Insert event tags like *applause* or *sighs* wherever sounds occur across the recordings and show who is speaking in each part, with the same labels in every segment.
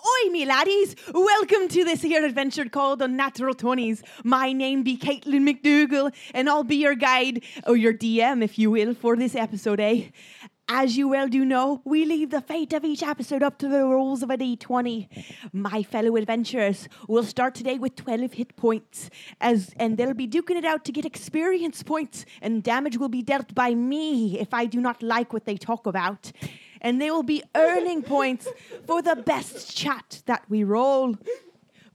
Speaker 1: Hi, me laddies. Welcome to this here adventure called Unnatural 20s. My name be Caitlin McDougall, and I'll be your guide, or your DM, if you will, for this episode, eh? As you well do know, we leave the fate of each episode up to the rolls of a d20. My fellow adventurers will start today with 12 hit points, as and they'll be duking it out to get experience points, and damage will be dealt by me if I do not like what they talk about and they will be earning points for the best chat that we roll.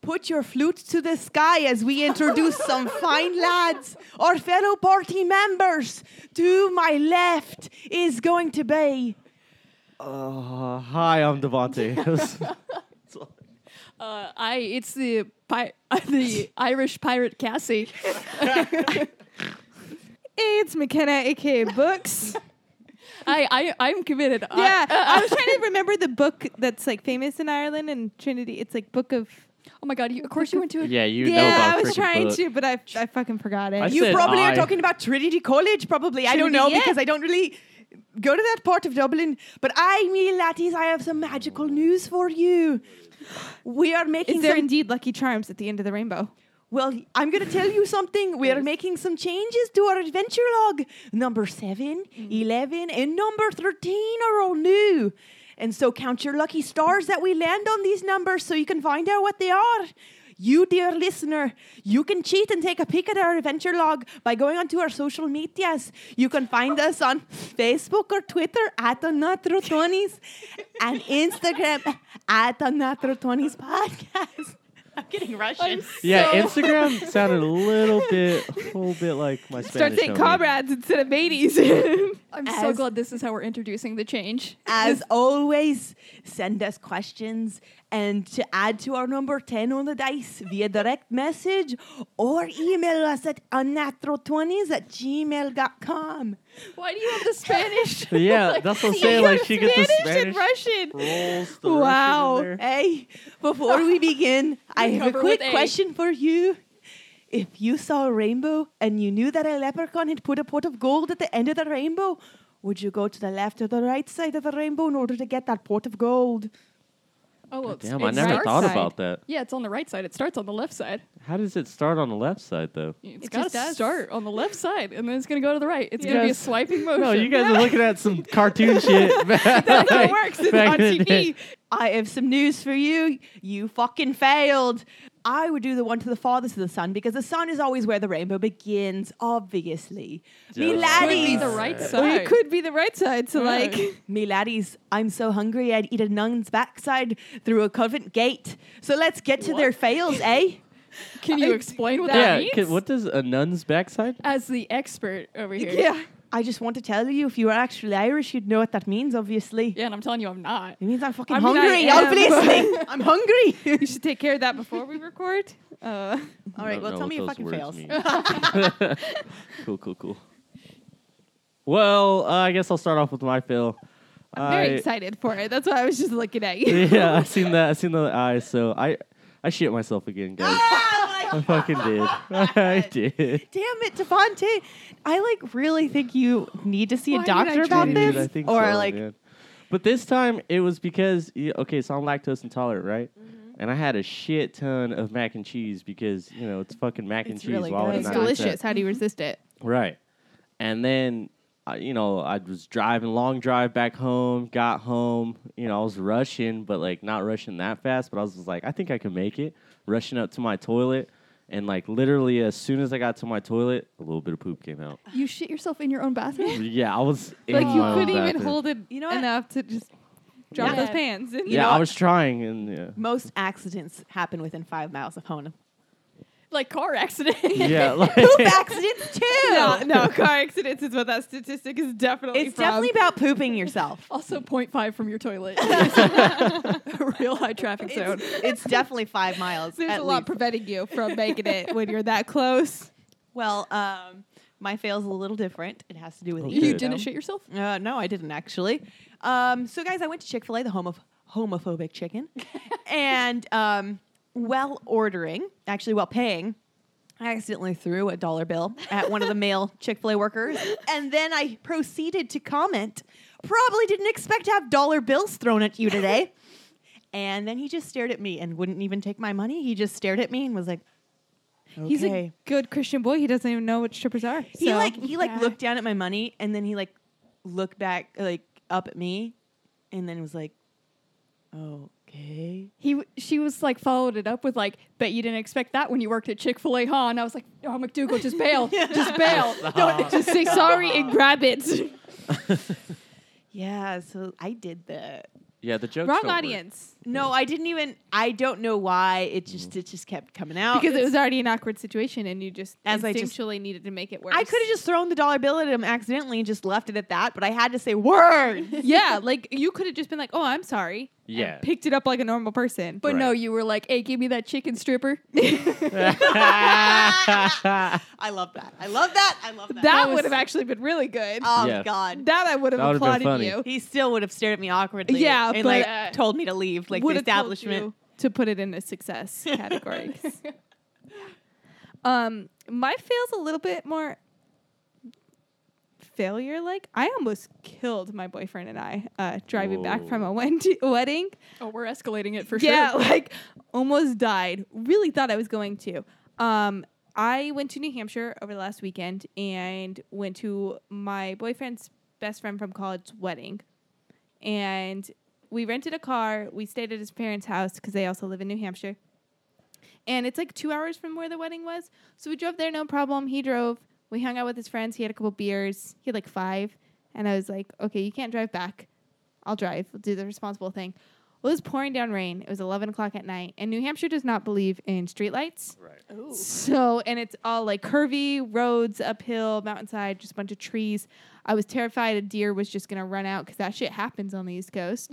Speaker 1: Put your flute to the sky as we introduce some fine lads, our fellow party members. To my left is going to be.
Speaker 2: Uh, hi, I'm
Speaker 3: *laughs*
Speaker 2: Devante. *laughs*
Speaker 4: Uh, I it's the pi- *laughs* the Irish pirate Cassie.
Speaker 3: *laughs* It's McKenna, aka Books.
Speaker 4: I, I I'm committed. I- uh,
Speaker 3: yeah, I
Speaker 4: *laughs*
Speaker 3: was trying to remember the book that's like famous in Ireland and Trinity. It's like Book of.
Speaker 4: oh my god! You, of course you went to a
Speaker 2: yeah, you know
Speaker 3: yeah,
Speaker 2: about
Speaker 3: I was
Speaker 2: freaking
Speaker 3: trying
Speaker 2: book.
Speaker 3: to, but I, I fucking forgot it.
Speaker 2: I
Speaker 1: You
Speaker 2: said
Speaker 1: probably are
Speaker 2: I.
Speaker 1: talking about Trinity College, probably. I don't
Speaker 3: Trinity,
Speaker 1: know
Speaker 3: yeah.
Speaker 1: because I don't really go to that part of Dublin. But I, me laddies, I have some magical news for you. We are making
Speaker 3: Is there
Speaker 1: some
Speaker 3: indeed Lucky Charms at the end of the rainbow?
Speaker 1: Well, I'm going to tell you something. We are making some changes to our adventure log. Number 7, 11, and number 13 are all new. And so count your lucky stars that we land on these numbers so you can find out what they are. You, dear listener, you can cheat and take a peek at our adventure log by going onto our social medias. You can find us on Facebook or Twitter at the Natural 20s and Instagram at the Natural 20s podcast. I'm getting Russian.
Speaker 2: Yeah,
Speaker 3: *laughs*
Speaker 2: Instagram sounded a little bit, a little bit like my
Speaker 3: Start
Speaker 2: Spanish.
Speaker 3: saying
Speaker 2: homie.
Speaker 3: comrades instead of mateys. *laughs*
Speaker 4: I'm so
Speaker 1: As-
Speaker 4: glad this is how we're introducing the change.
Speaker 1: As always, send us questions and to add to our number 10 on the dice via direct message or email us at unnatural20s at gmail.com.
Speaker 4: Why do
Speaker 3: *laughs*
Speaker 4: you have the Spanish?
Speaker 2: But
Speaker 4: *laughs*
Speaker 2: yeah, that's what I'm saying. Like she gets the
Speaker 3: and
Speaker 2: Spanish
Speaker 3: Russian.
Speaker 2: rolls. The
Speaker 3: Wow.
Speaker 2: Russian in there.
Speaker 1: Hey, before we
Speaker 2: *laughs*
Speaker 1: begin, I have a
Speaker 4: Recover
Speaker 1: quick
Speaker 4: with A.
Speaker 1: question for you. If you saw a rainbow and you knew that a leprechaun had put a pot of gold at the end of the rainbow, would you go to the left or the right side of the rainbow in order to get that pot of gold?
Speaker 4: Oh well, it's,
Speaker 2: Damn, I
Speaker 4: it
Speaker 2: never
Speaker 4: starts-
Speaker 2: thought
Speaker 3: side.
Speaker 2: about that.
Speaker 4: Yeah, it's on the right side. It starts on the left side.
Speaker 2: How does it start on the left side though?
Speaker 4: It's
Speaker 3: It
Speaker 4: got
Speaker 3: just
Speaker 4: to
Speaker 3: does.
Speaker 4: start on the left side, and then it's gonna go to the right. It's gonna be a
Speaker 2: Yes.
Speaker 3: *laughs*
Speaker 4: swiping motion.
Speaker 2: No, you guys are looking at some cartoon shit.
Speaker 3: That's how it works.
Speaker 2: *laughs*
Speaker 3: It's
Speaker 2: Back
Speaker 3: on
Speaker 2: in the
Speaker 3: TV.
Speaker 1: I have some news for you. You fucking failed. I would do the one to the farthest of the sun because the sun is always where the rainbow begins, obviously. Me
Speaker 2: Duh.
Speaker 4: Could be
Speaker 1: laddies.
Speaker 4: the right
Speaker 3: Or
Speaker 4: side.
Speaker 3: it could be the right side. So,
Speaker 4: Right.
Speaker 3: like,
Speaker 1: Me laddies, I'm so hungry I'd eat a nun's backside through a convent gate. So let's get to their fails,
Speaker 4: *laughs*
Speaker 1: eh?
Speaker 4: *laughs* Can you explain what that
Speaker 2: yeah,
Speaker 4: means?
Speaker 2: can- what does a nun's backside?
Speaker 4: As the expert over here.
Speaker 3: yeah.
Speaker 1: I just want to tell you, if you were actually Irish, you'd know what that means, obviously.
Speaker 4: Yeah, and I'm telling you, I'm not.
Speaker 1: It means I'm fucking
Speaker 3: I mean, I
Speaker 1: hungry,
Speaker 3: am.
Speaker 4: *laughs*
Speaker 1: obviously. I'm hungry.
Speaker 2: *laughs*
Speaker 3: *laughs* You should take care of that before we record. Uh,
Speaker 1: All right,
Speaker 2: Don't
Speaker 1: well,
Speaker 2: know
Speaker 1: tell
Speaker 2: what
Speaker 1: me your
Speaker 2: those
Speaker 1: fucking
Speaker 2: words
Speaker 1: fails.
Speaker 2: mean. *laughs* cool, cool, cool. Well, uh, I guess I'll start off with my fail.
Speaker 3: I'm very
Speaker 2: I-
Speaker 3: excited for it. That's why I was just looking at you.
Speaker 2: *laughs* yeah, I seen that. I seen the eyes. So I, I shit myself again, guys.
Speaker 1: *laughs* Ah,
Speaker 2: I
Speaker 1: *laughs*
Speaker 2: fucking did. *laughs* I did.
Speaker 1: Damn it, Devonte! I like really think you need to see
Speaker 4: Why
Speaker 1: a
Speaker 4: did I
Speaker 1: doctor
Speaker 4: try
Speaker 1: about
Speaker 4: to do
Speaker 1: this,
Speaker 2: Dude, I think
Speaker 1: or
Speaker 2: so,
Speaker 1: like
Speaker 2: man. But this time it was because y- okay, so I'm lactose intolerant, right?
Speaker 1: Mm-hmm.
Speaker 2: And I had a shit ton of mac and cheese because you know it's fucking mac and
Speaker 1: It's
Speaker 2: cheese.
Speaker 1: really
Speaker 2: while
Speaker 1: good.
Speaker 3: *laughs* It's
Speaker 1: Nah,
Speaker 2: not
Speaker 3: delicious. How do you resist it?
Speaker 2: Right. And then, I, you know, I was driving long drive back home. Got home, you know, I was rushing, but like not rushing that fast. But I was just like, I think I can make it. Rushing up to my toilet, and like literally as soon as I got to my toilet, a little bit of poop came
Speaker 3: *laughs*
Speaker 2: out.
Speaker 4: You shit yourself in your own bathroom?
Speaker 2: yeah, I was in
Speaker 3: Like you
Speaker 2: my own
Speaker 3: couldn't even
Speaker 2: bathroom.
Speaker 3: hold it
Speaker 1: You know what?
Speaker 3: enough to just drop
Speaker 4: Yeah.
Speaker 3: those pans. And *laughs*
Speaker 2: Yeah, I was trying, and yeah.
Speaker 1: most accidents happen within five miles of home.
Speaker 4: like
Speaker 3: *laughs*
Speaker 4: car accident.
Speaker 2: Yeah, like,
Speaker 1: Poop accidents too.
Speaker 3: No, *laughs* no, car accidents is what that statistic is definitely.
Speaker 1: It's
Speaker 3: from.
Speaker 1: definitely about pooping
Speaker 3: *laughs*
Speaker 1: yourself.
Speaker 4: Also 0.5 from your toilet. Real high traffic zone.
Speaker 1: It's, it's definitely five miles.
Speaker 3: There's
Speaker 1: at
Speaker 3: a lot
Speaker 1: least.
Speaker 3: preventing you *laughs* from making it when you're that close.
Speaker 1: well, um, my fail's a little different. It has to do with
Speaker 2: Okay.
Speaker 1: eating,
Speaker 4: You didn't
Speaker 1: though.
Speaker 4: shit yourself?
Speaker 1: Uh, no, I didn't actually. Um, so, guys, I went to Chick Fil A, the home of homophobic chicken, and um, while ordering, actually while paying, I accidentally threw a dollar bill at one of the male Chick Fil A workers, and then I proceeded to comment. Probably didn't expect to have dollar bills thrown at you today. And then he just stared at me and wouldn't even take my money. He just stared at me and was like, okay.
Speaker 3: He's a good Christian boy. He doesn't even know what strippers are.
Speaker 1: he
Speaker 3: so-
Speaker 1: like he like
Speaker 4: yeah.
Speaker 1: looked down at my money and then he like looked back like up at me and then was like, okay.
Speaker 4: He w- she was like followed it up with like, bet you didn't expect that when you worked at Chick Fil A, huh? And I was like, oh McDougal,
Speaker 1: *laughs*
Speaker 4: just bail,
Speaker 3: *laughs*
Speaker 4: just bail, Don't- just say sorry and grab it. *laughs*
Speaker 1: Yeah, so I did that.
Speaker 2: Yeah, the jokes.
Speaker 3: wrong
Speaker 2: don't work. *laughs*
Speaker 3: audience *laughs*
Speaker 1: No, I didn't even. I don't know why. It just it just kept coming out
Speaker 3: because it was already an awkward situation, and you just
Speaker 1: As I just-
Speaker 3: instinctually needed to make it worse.
Speaker 1: I could have just thrown the dollar bill at him accidentally and just left it at that, but I had to say
Speaker 3: *laughs*
Speaker 1: word.
Speaker 3: *laughs* yeah, like you could have just been like, "Oh, I'm sorry." and
Speaker 2: Yeah.
Speaker 3: picked it up like a normal person.
Speaker 4: But
Speaker 2: Right.
Speaker 4: no, you were like, hey, give me that
Speaker 2: *laughs*
Speaker 3: *laughs*
Speaker 4: chicken stripper.
Speaker 1: I love that. I love that. I love that.
Speaker 3: that
Speaker 4: was-
Speaker 3: would have actually been really good.
Speaker 1: oh
Speaker 2: Yeah.
Speaker 1: God.
Speaker 3: that I would
Speaker 2: That
Speaker 3: have
Speaker 2: would've been
Speaker 3: applauded
Speaker 2: funny.
Speaker 3: you.
Speaker 1: He still would have stared at me awkwardly.
Speaker 3: Yeah,
Speaker 1: and
Speaker 3: but,
Speaker 1: like
Speaker 3: uh,
Speaker 1: told me to leave, like the
Speaker 3: Would've told
Speaker 1: establishment.
Speaker 3: you to put it in a *laughs* success category. um, my fail's a little bit more failure like. I almost killed my boyfriend and I uh, driving back from a wed- *laughs* wedding.
Speaker 4: Oh, we're escalating it for
Speaker 3: yeah,
Speaker 4: sure.
Speaker 3: *laughs* like almost died. Really thought I was going to. Um, I went to New Hampshire over the last weekend and went to my boyfriend's best friend from college's wedding. And we rented a car. We stayed at his parents' house because they also live in New Hampshire. And it's like two hours from where the wedding was. So we drove there, no problem. He drove. We hung out with his friends. He had a couple beers. He had like five. And I was like, okay, you can't drive back. I'll drive. We'll do the responsible thing. Well, it was pouring down rain. It was 11 o'clock at night. And New Hampshire does not believe in streetlights.
Speaker 2: Right.
Speaker 3: So, and it's all like curvy roads, uphill, mountainside, just a bunch of trees. I was terrified a deer was just going to run out because that shit happens on the East Coast.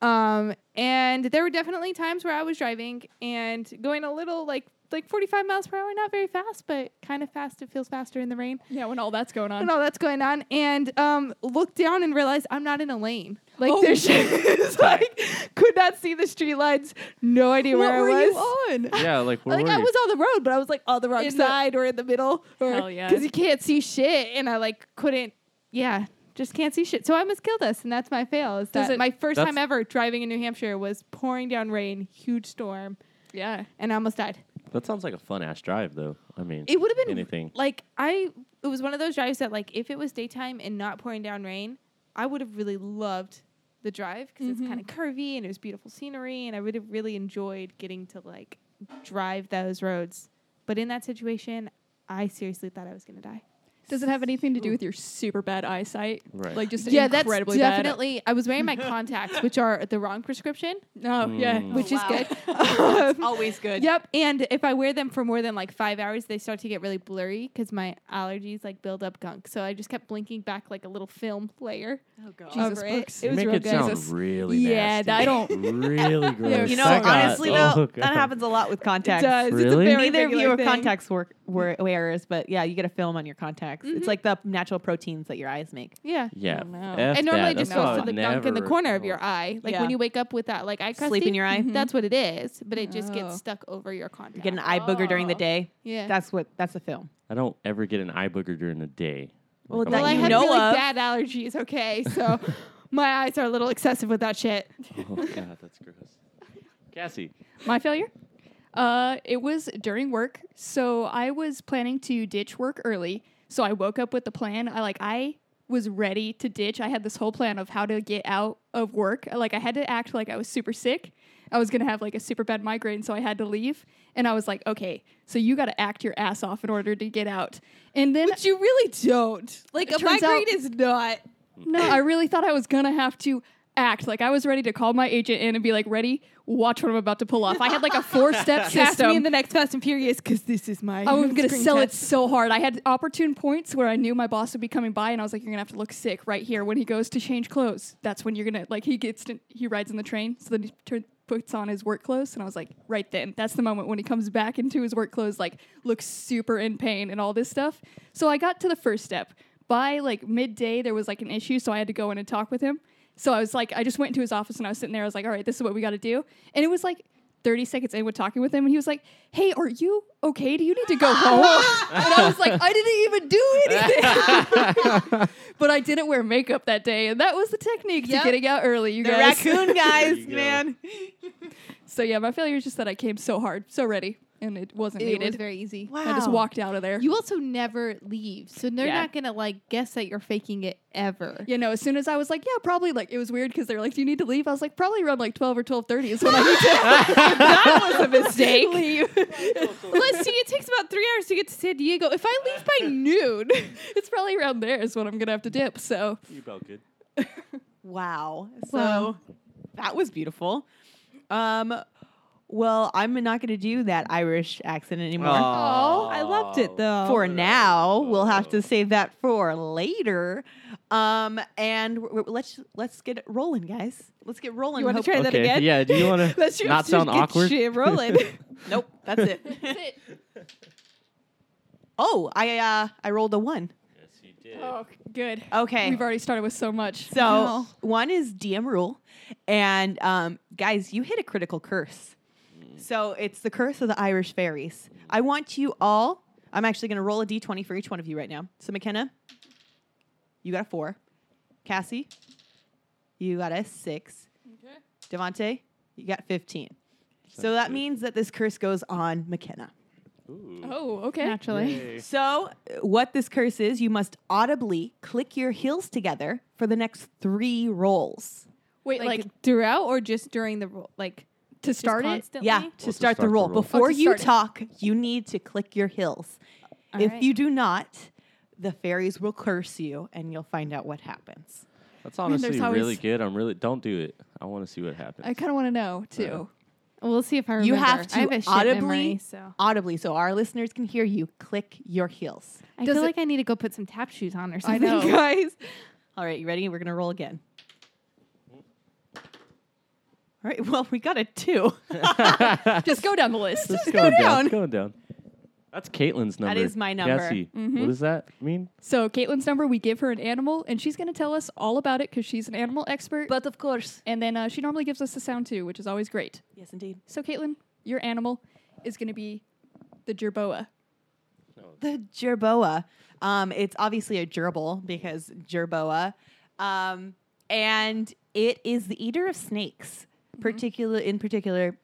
Speaker 3: Um, and there were definitely times where I was driving and going a little like like 45 miles per hour, not very fast, but kind of fast. It feels faster in the rain.
Speaker 4: Yeah, when all that's going on.
Speaker 3: And all that's going on, and um, looked down and realized I'm not in a lane. Like
Speaker 4: Oh.
Speaker 3: there's *laughs* just like could not see the street lines. No idea
Speaker 4: what
Speaker 3: where
Speaker 4: were
Speaker 3: I was.
Speaker 4: you on?
Speaker 2: Yeah, like where
Speaker 3: Like
Speaker 2: were
Speaker 3: I
Speaker 2: you?
Speaker 3: was on the road, but I was like on the wrong
Speaker 4: In the-
Speaker 3: side or in the middle, or
Speaker 4: Hell yeah.
Speaker 3: because you can't see shit, and I like couldn't, yeah, just can't see shit. So I almost killed us, and that's my fail. Is
Speaker 4: Does
Speaker 3: that
Speaker 4: it-
Speaker 3: my first
Speaker 2: That's-
Speaker 3: time ever driving in New Hampshire was pouring down rain, huge storm,
Speaker 4: Yeah.
Speaker 3: and I almost died.
Speaker 2: that sounds like a fun ass drive, though. I mean,
Speaker 3: It would have been
Speaker 2: anything.
Speaker 3: like I. It was one of those drives that like if it was daytime and not pouring down rain, I would have really loved the drive because it's kind of curvy and it was beautiful scenery, and I would have really enjoyed getting to like drive those roads. But in that situation, I seriously thought I was gonna die.
Speaker 4: Does it have anything to do with your super bad eyesight?
Speaker 2: Right.
Speaker 4: Like just
Speaker 3: yeah, that's
Speaker 4: incredibly bad.
Speaker 3: definitely. I was wearing my contacts, which are the wrong *laughs* prescription,
Speaker 4: No, Oh, yeah.
Speaker 2: Mm.
Speaker 3: which
Speaker 1: wow.
Speaker 3: is *laughs* good. Um,
Speaker 1: Always good.
Speaker 3: Yep, and if I wear them for more than like five hours, they start to get really blurry because my allergies like build up gunk. So I just kept blinking back like a little film layer
Speaker 1: Oh, God.
Speaker 4: Jesus
Speaker 3: over it.
Speaker 4: books.
Speaker 3: It
Speaker 2: You
Speaker 3: was
Speaker 2: make
Speaker 3: real
Speaker 2: it
Speaker 3: good.
Speaker 2: sound
Speaker 4: Jesus.
Speaker 2: really
Speaker 4: Yeah,
Speaker 2: nasty.
Speaker 4: I don't-
Speaker 2: *laughs* really gross.
Speaker 1: *laughs* You know,
Speaker 2: That got-
Speaker 1: honestly
Speaker 2: oh,
Speaker 1: though,
Speaker 2: God.
Speaker 1: that happens a lot with
Speaker 3: It
Speaker 1: contacts.
Speaker 3: *laughs* does. It's a
Speaker 2: Really?
Speaker 3: very
Speaker 1: Neither of you
Speaker 3: regular
Speaker 1: are
Speaker 3: thing. Mm-hmm.
Speaker 1: contacts work, were, wearers, but yeah, you get a film on your contacts. It's like the natural proteins that your eyes make.
Speaker 3: Yeah.
Speaker 2: Yeah.
Speaker 4: Oh, no.
Speaker 2: F
Speaker 3: It normally
Speaker 2: that.
Speaker 3: just
Speaker 2: That's
Speaker 3: goes
Speaker 2: why
Speaker 3: to
Speaker 2: I
Speaker 3: the gunk in the
Speaker 2: never-
Speaker 3: corner of your
Speaker 2: oh.
Speaker 3: eye. Like
Speaker 1: Yeah.
Speaker 3: when you wake up with that like eye crusty. mm-hmm.
Speaker 1: Sleep in your eye.
Speaker 3: That's what it is, but it just
Speaker 4: Oh.
Speaker 3: gets stuck over your contact.
Speaker 1: You get an eye booger during the
Speaker 4: Oh.
Speaker 1: day.
Speaker 3: yeah.
Speaker 1: That's what. That's a film.
Speaker 2: I don't ever get an eye booger during the day.
Speaker 1: Well,
Speaker 2: Like,
Speaker 3: well, I
Speaker 1: that
Speaker 2: I'm
Speaker 1: you
Speaker 3: have
Speaker 2: like-
Speaker 1: know
Speaker 3: really
Speaker 1: of.
Speaker 3: bad allergies, okay? *laughs* So my eyes are a little excessive with that shit.
Speaker 2: Oh God, that's gross.
Speaker 3: *laughs*
Speaker 2: Cassie.
Speaker 4: My failure? Uh, it was during work. So I was planning to ditch work early. So I woke up with the plan. I like I was ready to ditch. I had this whole plan of how to get out of work. Like I had to act like I was super sick. I was gonna have like a super bad migraine, so I had to leave. And I was like, okay, so you gotta act your ass off in order to get out. And then
Speaker 3: But you really don't. Like
Speaker 4: It
Speaker 3: a
Speaker 4: turns
Speaker 3: migraine
Speaker 4: out-
Speaker 3: is not.
Speaker 4: no, I really thought I was gonna have to act. Like I was ready to call my agent in and be like, ready, watch what I'm about to pull off. I had like a four step system.
Speaker 3: Cast me in *laughs* the next Fast and Furious because this is my.
Speaker 4: I was gonna
Speaker 3: screen
Speaker 4: sell it
Speaker 3: test.
Speaker 4: so hard. I had opportune points where I knew my boss would be coming by, and I was like, "You're gonna have to look sick right here when he goes to change clothes. That's when you're gonna like he gets to, he rides in the train, so then he turn, puts on his work clothes, and I was like, right then, that's the moment when he comes back into his work clothes, like looks super in pain and all this stuff. So I got to the first step. By like midday, there was like an issue, so I had to go in and talk with him. So I was like, I just went into his office and I was sitting there. I was like, all right, this is what we got to do, and it was like. 30 seconds in with talking with him, and he was like, Hey, are you okay? Do you need to go home? and I was like, I didn't even do anything. *laughs* but I didn't wear makeup that day, and that was the technique
Speaker 1: Yep.
Speaker 4: to getting out early, you
Speaker 1: The
Speaker 3: *laughs*
Speaker 4: guys.
Speaker 1: raccoon guys,
Speaker 2: you go.
Speaker 1: man.
Speaker 4: *laughs*
Speaker 1: *laughs*
Speaker 4: so yeah, my failure is just that I came so hard, so ready, and it wasn't
Speaker 5: It
Speaker 4: needed.
Speaker 5: was very easy.
Speaker 1: Wow.
Speaker 4: I just walked out of there.
Speaker 5: You also never leave, so they're
Speaker 4: Yeah.
Speaker 5: not gonna like guess that you're faking it ever. *laughs*
Speaker 4: you know, as soon as I was like, yeah, probably like it was weird because they were like, do you need to leave? I was like, probably around like twelve or twelve thirty is when I need to. *laughs*
Speaker 3: that was a mistake.
Speaker 5: Let's see. It takes about three hours to get to San Diego. If I leave
Speaker 4: *laughs*
Speaker 5: by noon, *laughs*
Speaker 4: it's probably around there is when I'm gonna have to dip. So
Speaker 2: You about good.
Speaker 1: Wow. So
Speaker 5: Wow.
Speaker 1: that was beautiful. Um, well, I'm not going to do that Irish accent anymore.
Speaker 3: Oh, I loved it though.
Speaker 1: For now, we'll have to save that for later. Um, and w- w- let's let's get rolling, guys. Let's get rolling.
Speaker 3: You wanna
Speaker 1: Hope-
Speaker 3: try- Say that
Speaker 2: okay.
Speaker 3: again?
Speaker 2: Yeah. Do you want
Speaker 3: *laughs* Let's
Speaker 2: to not
Speaker 3: just
Speaker 2: sound
Speaker 3: get
Speaker 2: awkward? *laughs*
Speaker 3: shit rolling.
Speaker 1: nope, that's it. oh, I uh, I rolled a one.
Speaker 2: Yes, you did.
Speaker 4: oh, good.
Speaker 1: Okay.
Speaker 4: We've already started with so much.
Speaker 1: So one is DM rule, and um, guys, you hit a critical curse. So it's the curse of the Irish fairies. I want you all. I'm actually going to roll a d20 for each one of you right now. So McKenna, you got a four. Cassie, you got a six. Devante, you got 15. so
Speaker 2: Sounds
Speaker 1: that
Speaker 2: good.
Speaker 1: means that this curse goes on McKenna.
Speaker 2: Ooh.
Speaker 4: oh, okay.
Speaker 5: naturally.
Speaker 2: Yay.
Speaker 1: So, uh, what this curse is, you must audibly click your heels together for the next three rolls.
Speaker 4: Wait,
Speaker 3: like,
Speaker 4: like,
Speaker 3: throughout or just during the ro- like
Speaker 4: to
Speaker 3: just
Speaker 4: start it.
Speaker 3: constantly?
Speaker 1: Yeah, to
Speaker 2: to
Speaker 1: start the
Speaker 2: start the
Speaker 1: roll.
Speaker 2: roll.
Speaker 1: Before
Speaker 4: Oh, to
Speaker 1: you
Speaker 4: start it.
Speaker 1: talk, you need to click your heels.
Speaker 3: All
Speaker 1: if
Speaker 3: right.
Speaker 1: you do not, the fairies will curse you and you'll find out what happens.
Speaker 2: That's
Speaker 4: mean, there's
Speaker 2: honestly really
Speaker 4: always-
Speaker 2: good. I'm really don't do it. I want to see what happens.
Speaker 4: I kind of want to know too.
Speaker 5: We'll see if I remember.
Speaker 1: You have to
Speaker 5: I have a shit
Speaker 1: audibly-
Speaker 5: memory,
Speaker 4: Oh.
Speaker 5: so
Speaker 1: Audibly, so our listeners can hear you, click your heels.
Speaker 5: I
Speaker 4: Does
Speaker 5: feel
Speaker 4: it-
Speaker 5: like I need to go put some tap shoes on or something,
Speaker 1: *laughs*
Speaker 4: know.
Speaker 5: *laughs* guys.
Speaker 1: All right, you ready? We're going to roll again. Mm. All right, well, we got a
Speaker 4: *laughs*
Speaker 1: two.
Speaker 2: *laughs*
Speaker 4: Just go down the list.
Speaker 2: Let's go down.
Speaker 1: down.
Speaker 2: Go down. That's Caitlin's number.
Speaker 1: is my number.
Speaker 2: Cassie, what does that mean?
Speaker 4: So Caitlin's number, we give her an animal, and she's gonna tell us all about it because she's an animal expert.
Speaker 1: but of course.
Speaker 4: and then uh, she normally gives us the sound too, which is always great.
Speaker 1: Yes, indeed.
Speaker 4: So Caitlin, your animal is gonna be the gerboa.
Speaker 1: The gerboa. Um, it's obviously a gerbil because gerboa. Um, and it is the eater of snakes, particular in particular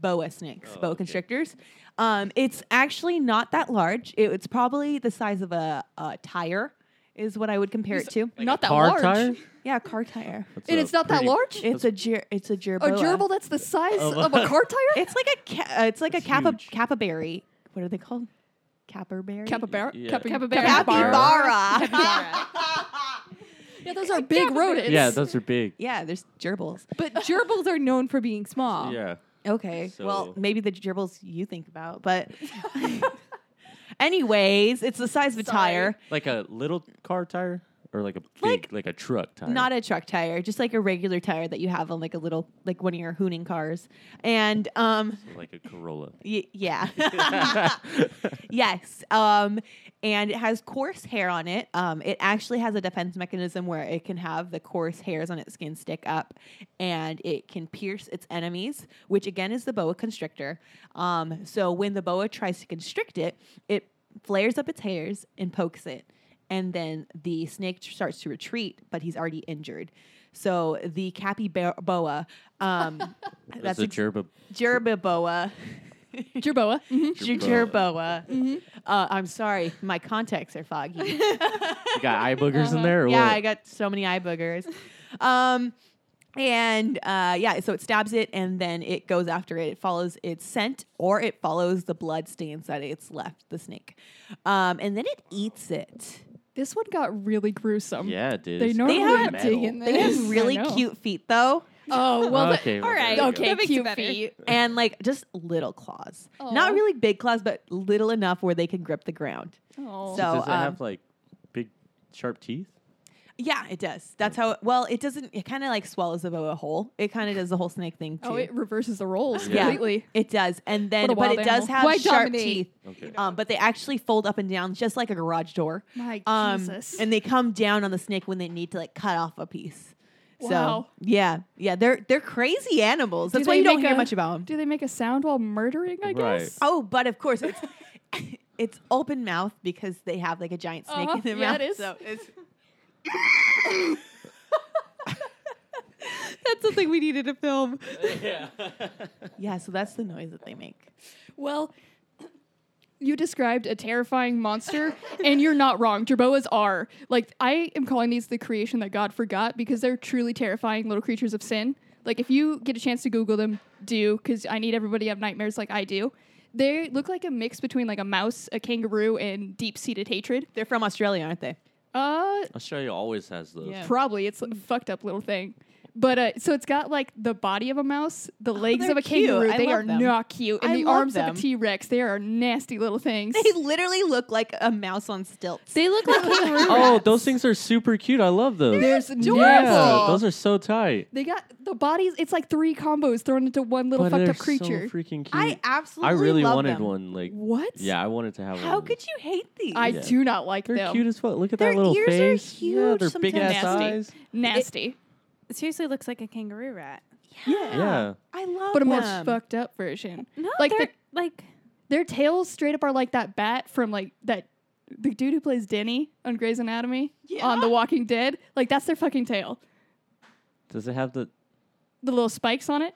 Speaker 1: boa snakes,
Speaker 2: Oh,
Speaker 1: boa
Speaker 2: okay.
Speaker 1: constrictors. Um, it's actually not that large. It- it's probably the size of a, a tire, is what I would compare it to.
Speaker 2: Like
Speaker 4: Not
Speaker 2: a
Speaker 4: that
Speaker 2: car
Speaker 4: large.
Speaker 2: Tire?
Speaker 1: Yeah, a car tire.
Speaker 2: That's
Speaker 4: and
Speaker 2: a
Speaker 4: it's not that
Speaker 2: pretty-
Speaker 4: large.
Speaker 1: It's a ger- it's a gerboa.
Speaker 4: a gerbil that's the size
Speaker 2: Of a-
Speaker 1: Oh,
Speaker 4: of a car
Speaker 1: *laughs*
Speaker 4: tire.
Speaker 1: It's like a ca- uh, it's like
Speaker 2: It's
Speaker 1: a kappa
Speaker 2: huge.
Speaker 1: capyberry. What are they called? Capperberry.
Speaker 4: Capybara.
Speaker 2: Yeah.
Speaker 4: Capi-
Speaker 5: Capybara.
Speaker 1: Capybara.
Speaker 4: Yeah, those
Speaker 1: *laughs*
Speaker 4: are big rodents.
Speaker 2: Yeah, those are big.
Speaker 1: yeah, there's gerbils.
Speaker 3: but gerbils are known for being small.
Speaker 2: Yeah.
Speaker 1: Okay. Well,
Speaker 2: So-
Speaker 1: maybe the gerbils you think about, but *laughs* anyways, it's the size of a tire,
Speaker 2: Like a little car tire or like a big,
Speaker 1: Like-
Speaker 2: like, a truck tire.
Speaker 1: not a truck tire, just like a regular tire that you have on like a little like one of your hooning cars. And um
Speaker 2: like a Corolla. *laughs*
Speaker 1: y- yeah. *laughs* yes. Um and it has coarse hair on it. Um it actually has a defense mechanism where it can have the coarse hairs on its skin stick up and it can pierce its enemies, which again is the boa constrictor. Um so when the boa tries to constrict it, it flares up its hairs and pokes it. And then the snake tr- starts to retreat, but he's already injured. So the capyboa, um, *laughs*
Speaker 2: That's
Speaker 1: that's
Speaker 2: a
Speaker 1: ex-
Speaker 2: gerbil.
Speaker 1: gerbiboa. *laughs*
Speaker 4: gerboa. Mhm.
Speaker 1: Gerboa.
Speaker 4: Mm-hmm.
Speaker 1: Uh, I'm sorry, my contacts are
Speaker 4: *laughs*
Speaker 1: foggy.
Speaker 2: You got eye boogers in there? Or
Speaker 1: yeah,
Speaker 2: what?
Speaker 1: I got so many eye boogers. Um, and uh, yeah, so it stabs it and then it goes after it. It follows its scent or it follows the blood stains that it's left, the snake. Um, and then it eats it.
Speaker 4: This one got really gruesome.
Speaker 2: yeah, it is.
Speaker 4: They normally
Speaker 1: have-
Speaker 4: dig in
Speaker 1: They
Speaker 4: this.
Speaker 1: have really
Speaker 4: I know.
Speaker 1: cute feet though, *laughs*
Speaker 4: Oh well. the-
Speaker 2: okay.
Speaker 3: all right.
Speaker 2: there you go.
Speaker 4: okay,
Speaker 3: That makes it
Speaker 4: cute
Speaker 3: better.
Speaker 4: feet.
Speaker 1: and like just little claws. Not
Speaker 4: Aw.
Speaker 1: really big claws, but little enough where they can grip the ground.
Speaker 4: Oh.
Speaker 1: So-
Speaker 2: Does it
Speaker 1: um,
Speaker 2: have like big, sharp teeth?
Speaker 1: Yeah, it does. That's how. Well, it doesn't. It kind of like swallows the boa whole. It kind of does the whole snake thing too.
Speaker 4: oh, it reverses the roles
Speaker 2: Yeah.
Speaker 4: completely.
Speaker 1: It does, and then
Speaker 4: What a
Speaker 1: but it
Speaker 4: wild
Speaker 1: does
Speaker 4: animal.
Speaker 1: have
Speaker 3: Why
Speaker 1: sharp
Speaker 3: dominate?
Speaker 1: teeth.
Speaker 2: Okay.
Speaker 1: Um, but they actually fold up and down just like a garage door.
Speaker 4: My
Speaker 1: Um,
Speaker 4: Jesus.
Speaker 1: and they come down on the snake when they need to like cut off a piece. So
Speaker 4: Wow.
Speaker 1: yeah, yeah, they're they're crazy animals. That's
Speaker 4: Do
Speaker 1: why
Speaker 4: they
Speaker 1: you don't
Speaker 4: make
Speaker 1: hear
Speaker 4: a-
Speaker 1: much about them.
Speaker 4: Do they make a sound while murdering? I
Speaker 2: Right.
Speaker 4: guess.
Speaker 1: Oh, but of course it's *laughs* it's open mouth because they have like a giant snake
Speaker 4: Uh-huh.
Speaker 1: in their
Speaker 4: Yeah,
Speaker 1: mouth.
Speaker 4: it is.
Speaker 1: So *laughs* it's
Speaker 3: That's something we needed to film.
Speaker 1: yeah, so that's the noise that they make.
Speaker 4: Well, you described a terrifying monster, and you're not wrong. Jerboas are. Like, I am calling these the creation that God forgot because they're truly terrifying little creatures of sin. Like, if you get a chance to Google them, do, because I need everybody to have nightmares like I do. They look like a mix between like a mouse, a kangaroo, and deep seated hatred.
Speaker 1: They're from Australia, aren't they?
Speaker 4: Uh,
Speaker 2: Australia always has those.
Speaker 1: Yeah. Mm.
Speaker 4: probably it's a fucked up little thing. But uh, so it's got like the body of a mouse, the legs
Speaker 1: Oh, they're
Speaker 4: of a
Speaker 1: cute.
Speaker 4: kangaroo.
Speaker 1: I
Speaker 4: They
Speaker 1: love
Speaker 4: are
Speaker 1: them.
Speaker 4: not cute, and
Speaker 1: I
Speaker 4: the
Speaker 1: love
Speaker 4: arms
Speaker 1: them.
Speaker 4: of a T Rex. They are nasty little things.
Speaker 1: They literally look like a mouse on stilts.
Speaker 3: They
Speaker 1: *laughs*
Speaker 3: look like kangaroo
Speaker 2: Oh,
Speaker 3: rats.
Speaker 2: those things are super cute. I love those.
Speaker 4: There's
Speaker 2: yeah,
Speaker 4: adorable.
Speaker 2: those are so tight.
Speaker 4: They got the bodies. It's like three combos thrown into one little
Speaker 2: But
Speaker 4: fucked
Speaker 2: they're
Speaker 4: up creature.
Speaker 2: So freaking cute.
Speaker 1: I absolutely
Speaker 2: I really
Speaker 1: love
Speaker 2: wanted
Speaker 1: them.
Speaker 2: one. Like,
Speaker 4: what?
Speaker 2: yeah, I wanted to have one.
Speaker 1: How could you hate these?
Speaker 4: I
Speaker 2: Yeah.
Speaker 4: do not like
Speaker 2: They're
Speaker 4: them.
Speaker 2: cute as fuck. Look at
Speaker 1: Their
Speaker 2: that little
Speaker 1: ears are
Speaker 2: face. yeah,
Speaker 1: huge,
Speaker 2: their big ass
Speaker 1: sometimes.
Speaker 2: eyes.
Speaker 4: Nasty. Nasty,
Speaker 3: seriously looks like a kangaroo rat.
Speaker 1: yeah.
Speaker 2: Yeah.
Speaker 1: I love
Speaker 4: but a more
Speaker 1: them.
Speaker 4: fucked up version.
Speaker 3: No, like
Speaker 4: Like the-
Speaker 3: they're, like
Speaker 4: Their tails straight up are like that bat from like that the dude who plays Denny on Grey's Anatomy on The Walking Dead. Like that's their fucking tail.
Speaker 2: Does it have the?
Speaker 4: The little spikes on it.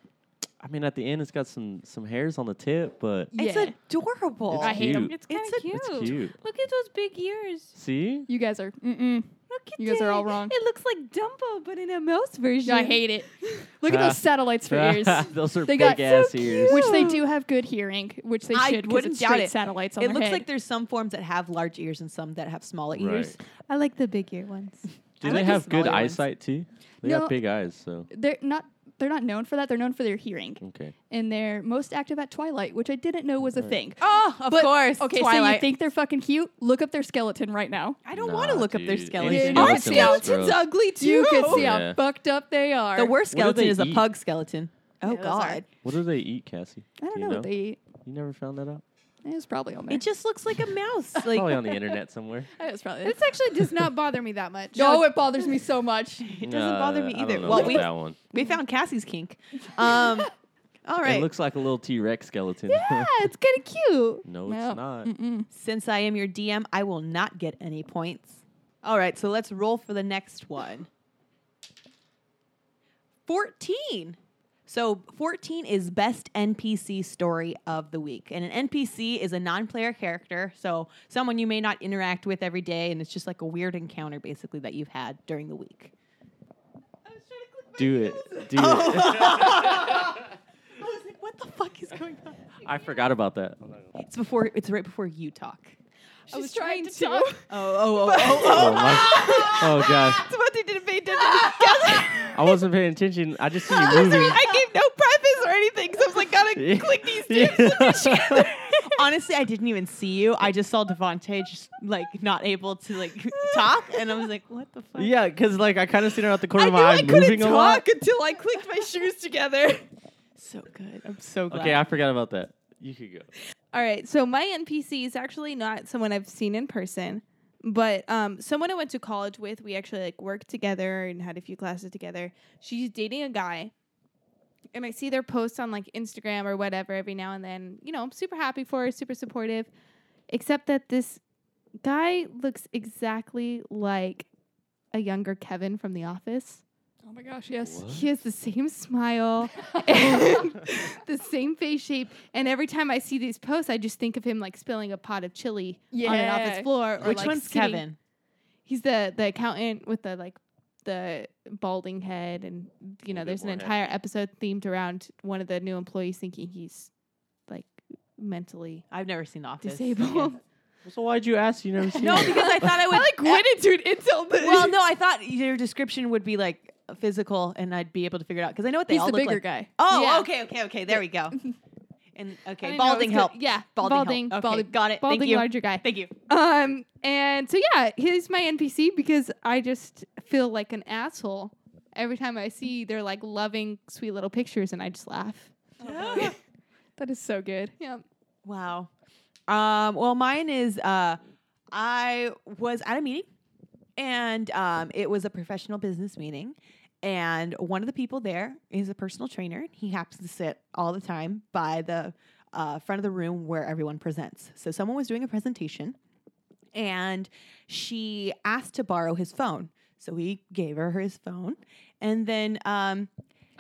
Speaker 2: I mean, at the end, it's got some some hairs on the tip, but
Speaker 1: It's
Speaker 4: yeah.
Speaker 1: adorable.
Speaker 2: it's
Speaker 4: I hate
Speaker 2: cute.
Speaker 4: 'em.
Speaker 3: it's kind
Speaker 1: It's a-
Speaker 3: of cute.
Speaker 2: It's cute.
Speaker 3: Look at those big ears.
Speaker 2: *laughs* See,
Speaker 4: You guys are. Mm-mm.
Speaker 3: Look at
Speaker 4: You guys are all
Speaker 3: it.
Speaker 4: wrong.
Speaker 3: It looks like Dumbo, but in a mouse version.
Speaker 4: I
Speaker 1: *laughs*
Speaker 4: hate it. Look at *laughs* those satellites
Speaker 2: Ah. *laughs*
Speaker 4: for ears.
Speaker 2: those are
Speaker 4: They
Speaker 2: big
Speaker 4: got
Speaker 2: ass ears.
Speaker 4: Which they do have good hearing, which they
Speaker 1: I
Speaker 4: should because
Speaker 1: wouldn't
Speaker 4: it's
Speaker 1: doubt
Speaker 4: straight
Speaker 1: it.
Speaker 4: satellites on
Speaker 1: It
Speaker 4: their
Speaker 1: looks
Speaker 4: head.
Speaker 1: like there's some forms that have large ears and some that have smaller
Speaker 2: Right.
Speaker 1: ears.
Speaker 3: I like the big ear ones.
Speaker 2: Do
Speaker 1: I
Speaker 2: they
Speaker 1: like the
Speaker 2: have good
Speaker 1: smaller ones.
Speaker 2: eyesight too? They
Speaker 4: No.
Speaker 2: got big eyes, so
Speaker 4: they're not they're not known for that. They're known for their hearing,
Speaker 2: okay.
Speaker 4: and they're most active at twilight, which I didn't know was a thing.
Speaker 1: Oh, of
Speaker 4: But-
Speaker 1: course.
Speaker 4: Okay, so you think they're fucking cute? Look up their skeleton right now.
Speaker 1: I don't want to
Speaker 2: Nah,
Speaker 1: look up their
Speaker 2: dude.
Speaker 1: skeleton.
Speaker 4: Any
Speaker 1: Our
Speaker 4: skeleton's
Speaker 1: skeleton's
Speaker 2: gross.
Speaker 1: ugly too.
Speaker 4: You can see how
Speaker 2: Yeah.
Speaker 4: fucked up they are.
Speaker 1: the worst
Speaker 2: What do
Speaker 1: skeleton
Speaker 2: they
Speaker 1: is a
Speaker 2: eat?
Speaker 1: pug skeleton. Oh
Speaker 4: those
Speaker 1: god.
Speaker 2: What do they eat, Cassie?
Speaker 4: I don't
Speaker 2: Do
Speaker 4: know,
Speaker 2: you
Speaker 4: what they eat.
Speaker 2: You never found that out?
Speaker 4: It was probably on there.
Speaker 1: It just looks like a
Speaker 2: *laughs*
Speaker 1: mouse.
Speaker 2: Probably
Speaker 1: Like
Speaker 2: on the internet somewhere.
Speaker 4: It was
Speaker 5: *laughs*
Speaker 4: probably.
Speaker 5: This actually does not bother me that much.
Speaker 4: No, it bothers me so much.
Speaker 1: it doesn't bother me
Speaker 2: I don't
Speaker 1: either.
Speaker 2: know
Speaker 1: Well,
Speaker 2: about
Speaker 1: we-
Speaker 2: that one.
Speaker 1: we found Cassie's *laughs* kink. Um All
Speaker 2: It
Speaker 1: right.
Speaker 2: looks like a little T Rex skeleton. *laughs*
Speaker 3: it's kind of cute.
Speaker 2: no, it's
Speaker 4: No.
Speaker 2: not.
Speaker 4: Mm-mm.
Speaker 1: Since I am your DM, I will not get any points. All right, so let's roll for the next one. 14. So 14 is best NPC story of the week. And an NPC is a non-player character, so someone you may not interact with every day and it's just like a weird encounter basically that you've had during the week.
Speaker 2: Do it. *laughs* Do
Speaker 1: I was like, what the fuck is going on?
Speaker 2: it. I forgot about that.
Speaker 1: It's before it's right before you talk.
Speaker 3: I was trying to.
Speaker 1: Oh, oh, oh, oh,
Speaker 2: Oh, my- oh,
Speaker 1: *laughs*
Speaker 2: gosh.
Speaker 3: Somebody didn't pay attention.
Speaker 5: *laughs*
Speaker 3: *laughs*
Speaker 2: I wasn't paying attention.
Speaker 1: *laughs*
Speaker 2: I just see you moving.
Speaker 3: I gave no preface or anything because I was like, gotta
Speaker 2: *laughs* Yeah.
Speaker 3: click
Speaker 2: *laughs*
Speaker 3: these.
Speaker 2: Yeah.
Speaker 1: *laughs* honestly, I didn't even see you. I just saw Devontae just like not able to like *laughs* talk, and I was like, "What the fuck?"
Speaker 2: yeah, because like I kind of seen her out the corner
Speaker 3: I
Speaker 2: of
Speaker 3: knew
Speaker 2: my eye
Speaker 3: I couldn't
Speaker 2: moving a lot.
Speaker 3: talk until I clicked my shoes together.
Speaker 1: so good. I'm so glad.
Speaker 2: Okay, I forgot about that. You could go.
Speaker 3: All right, so my NPC is actually not someone I've seen in person, but um, someone I went to college with. We actually like worked together and had a few classes together. She's dating a guy, and I see their posts on like Instagram or whatever every now and then. You know, I'm super happy for her, super supportive, except that this guy looks exactly like a younger Kevin from The Office.
Speaker 4: Oh my gosh, yes.
Speaker 2: What?
Speaker 3: He has the same smile
Speaker 1: *laughs*
Speaker 3: and the same face shape. And every time I see these posts, I just think of him like spilling a pot of chili on an office
Speaker 4: Yeah.
Speaker 3: floor. Or,
Speaker 1: Which
Speaker 3: like,
Speaker 1: one's
Speaker 3: sitting-
Speaker 1: Kevin?
Speaker 3: He's the the accountant with the like the balding head, and you
Speaker 2: Little
Speaker 3: know,
Speaker 2: bit
Speaker 3: there's an
Speaker 2: more head.
Speaker 3: entire episode themed around one of the new employees thinking he's like mentally
Speaker 1: I've never seen The Office.
Speaker 3: disabled.
Speaker 2: So why'd you ask? You never seen
Speaker 1: no,
Speaker 2: it?
Speaker 1: because I thought *laughs* I would.
Speaker 3: like went into an
Speaker 1: *laughs*
Speaker 3: insult.
Speaker 1: well, no, I thought your description would be like physical, and I'd be able to figure it out because I know what they
Speaker 4: He's
Speaker 1: all
Speaker 4: the
Speaker 1: look
Speaker 4: bigger
Speaker 1: like.
Speaker 4: guy.
Speaker 1: Oh,
Speaker 3: Yeah.
Speaker 1: okay, okay, okay. There we *laughs* go. And
Speaker 3: I
Speaker 1: okay,
Speaker 3: didn't know it
Speaker 1: balding
Speaker 3: was
Speaker 1: help.
Speaker 3: good. Yeah,
Speaker 1: Balding, help.
Speaker 3: balding,
Speaker 1: Okay,
Speaker 3: balding-
Speaker 1: got it.
Speaker 3: balding
Speaker 1: Thank you.
Speaker 3: larger guy.
Speaker 1: *gasps* Thank you.
Speaker 3: Um, and so yeah, he's my NPC because I just feel like an asshole every time I see their like loving, sweet little pictures, and I just laugh.
Speaker 4: That is so good.
Speaker 3: Yeah,
Speaker 1: Wow. Um, well, mine is uh, I was at a meeting, and um, it was a professional business meeting, And one of the people there is a personal trainer. He happens to sit all the time by the uh, front of the room where everyone presents. So someone was doing a presentation and she asked to borrow his phone. So he gave her his phone. And then um,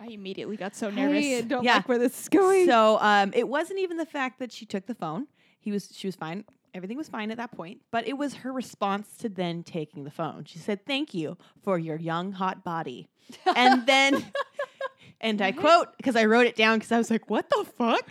Speaker 4: I immediately got so nervous.
Speaker 3: I don't
Speaker 1: Yeah.
Speaker 3: like where this is going.
Speaker 1: so um, it wasn't even the fact that she took the phone. He was she was fine. Everything was fine at that point, but it was her response to then taking the phone. She said, "Thank you for your young hot body,"
Speaker 3: *laughs*
Speaker 1: and then, and I quote because I wrote it down because I was like, "What the
Speaker 3: *laughs*
Speaker 1: fuck."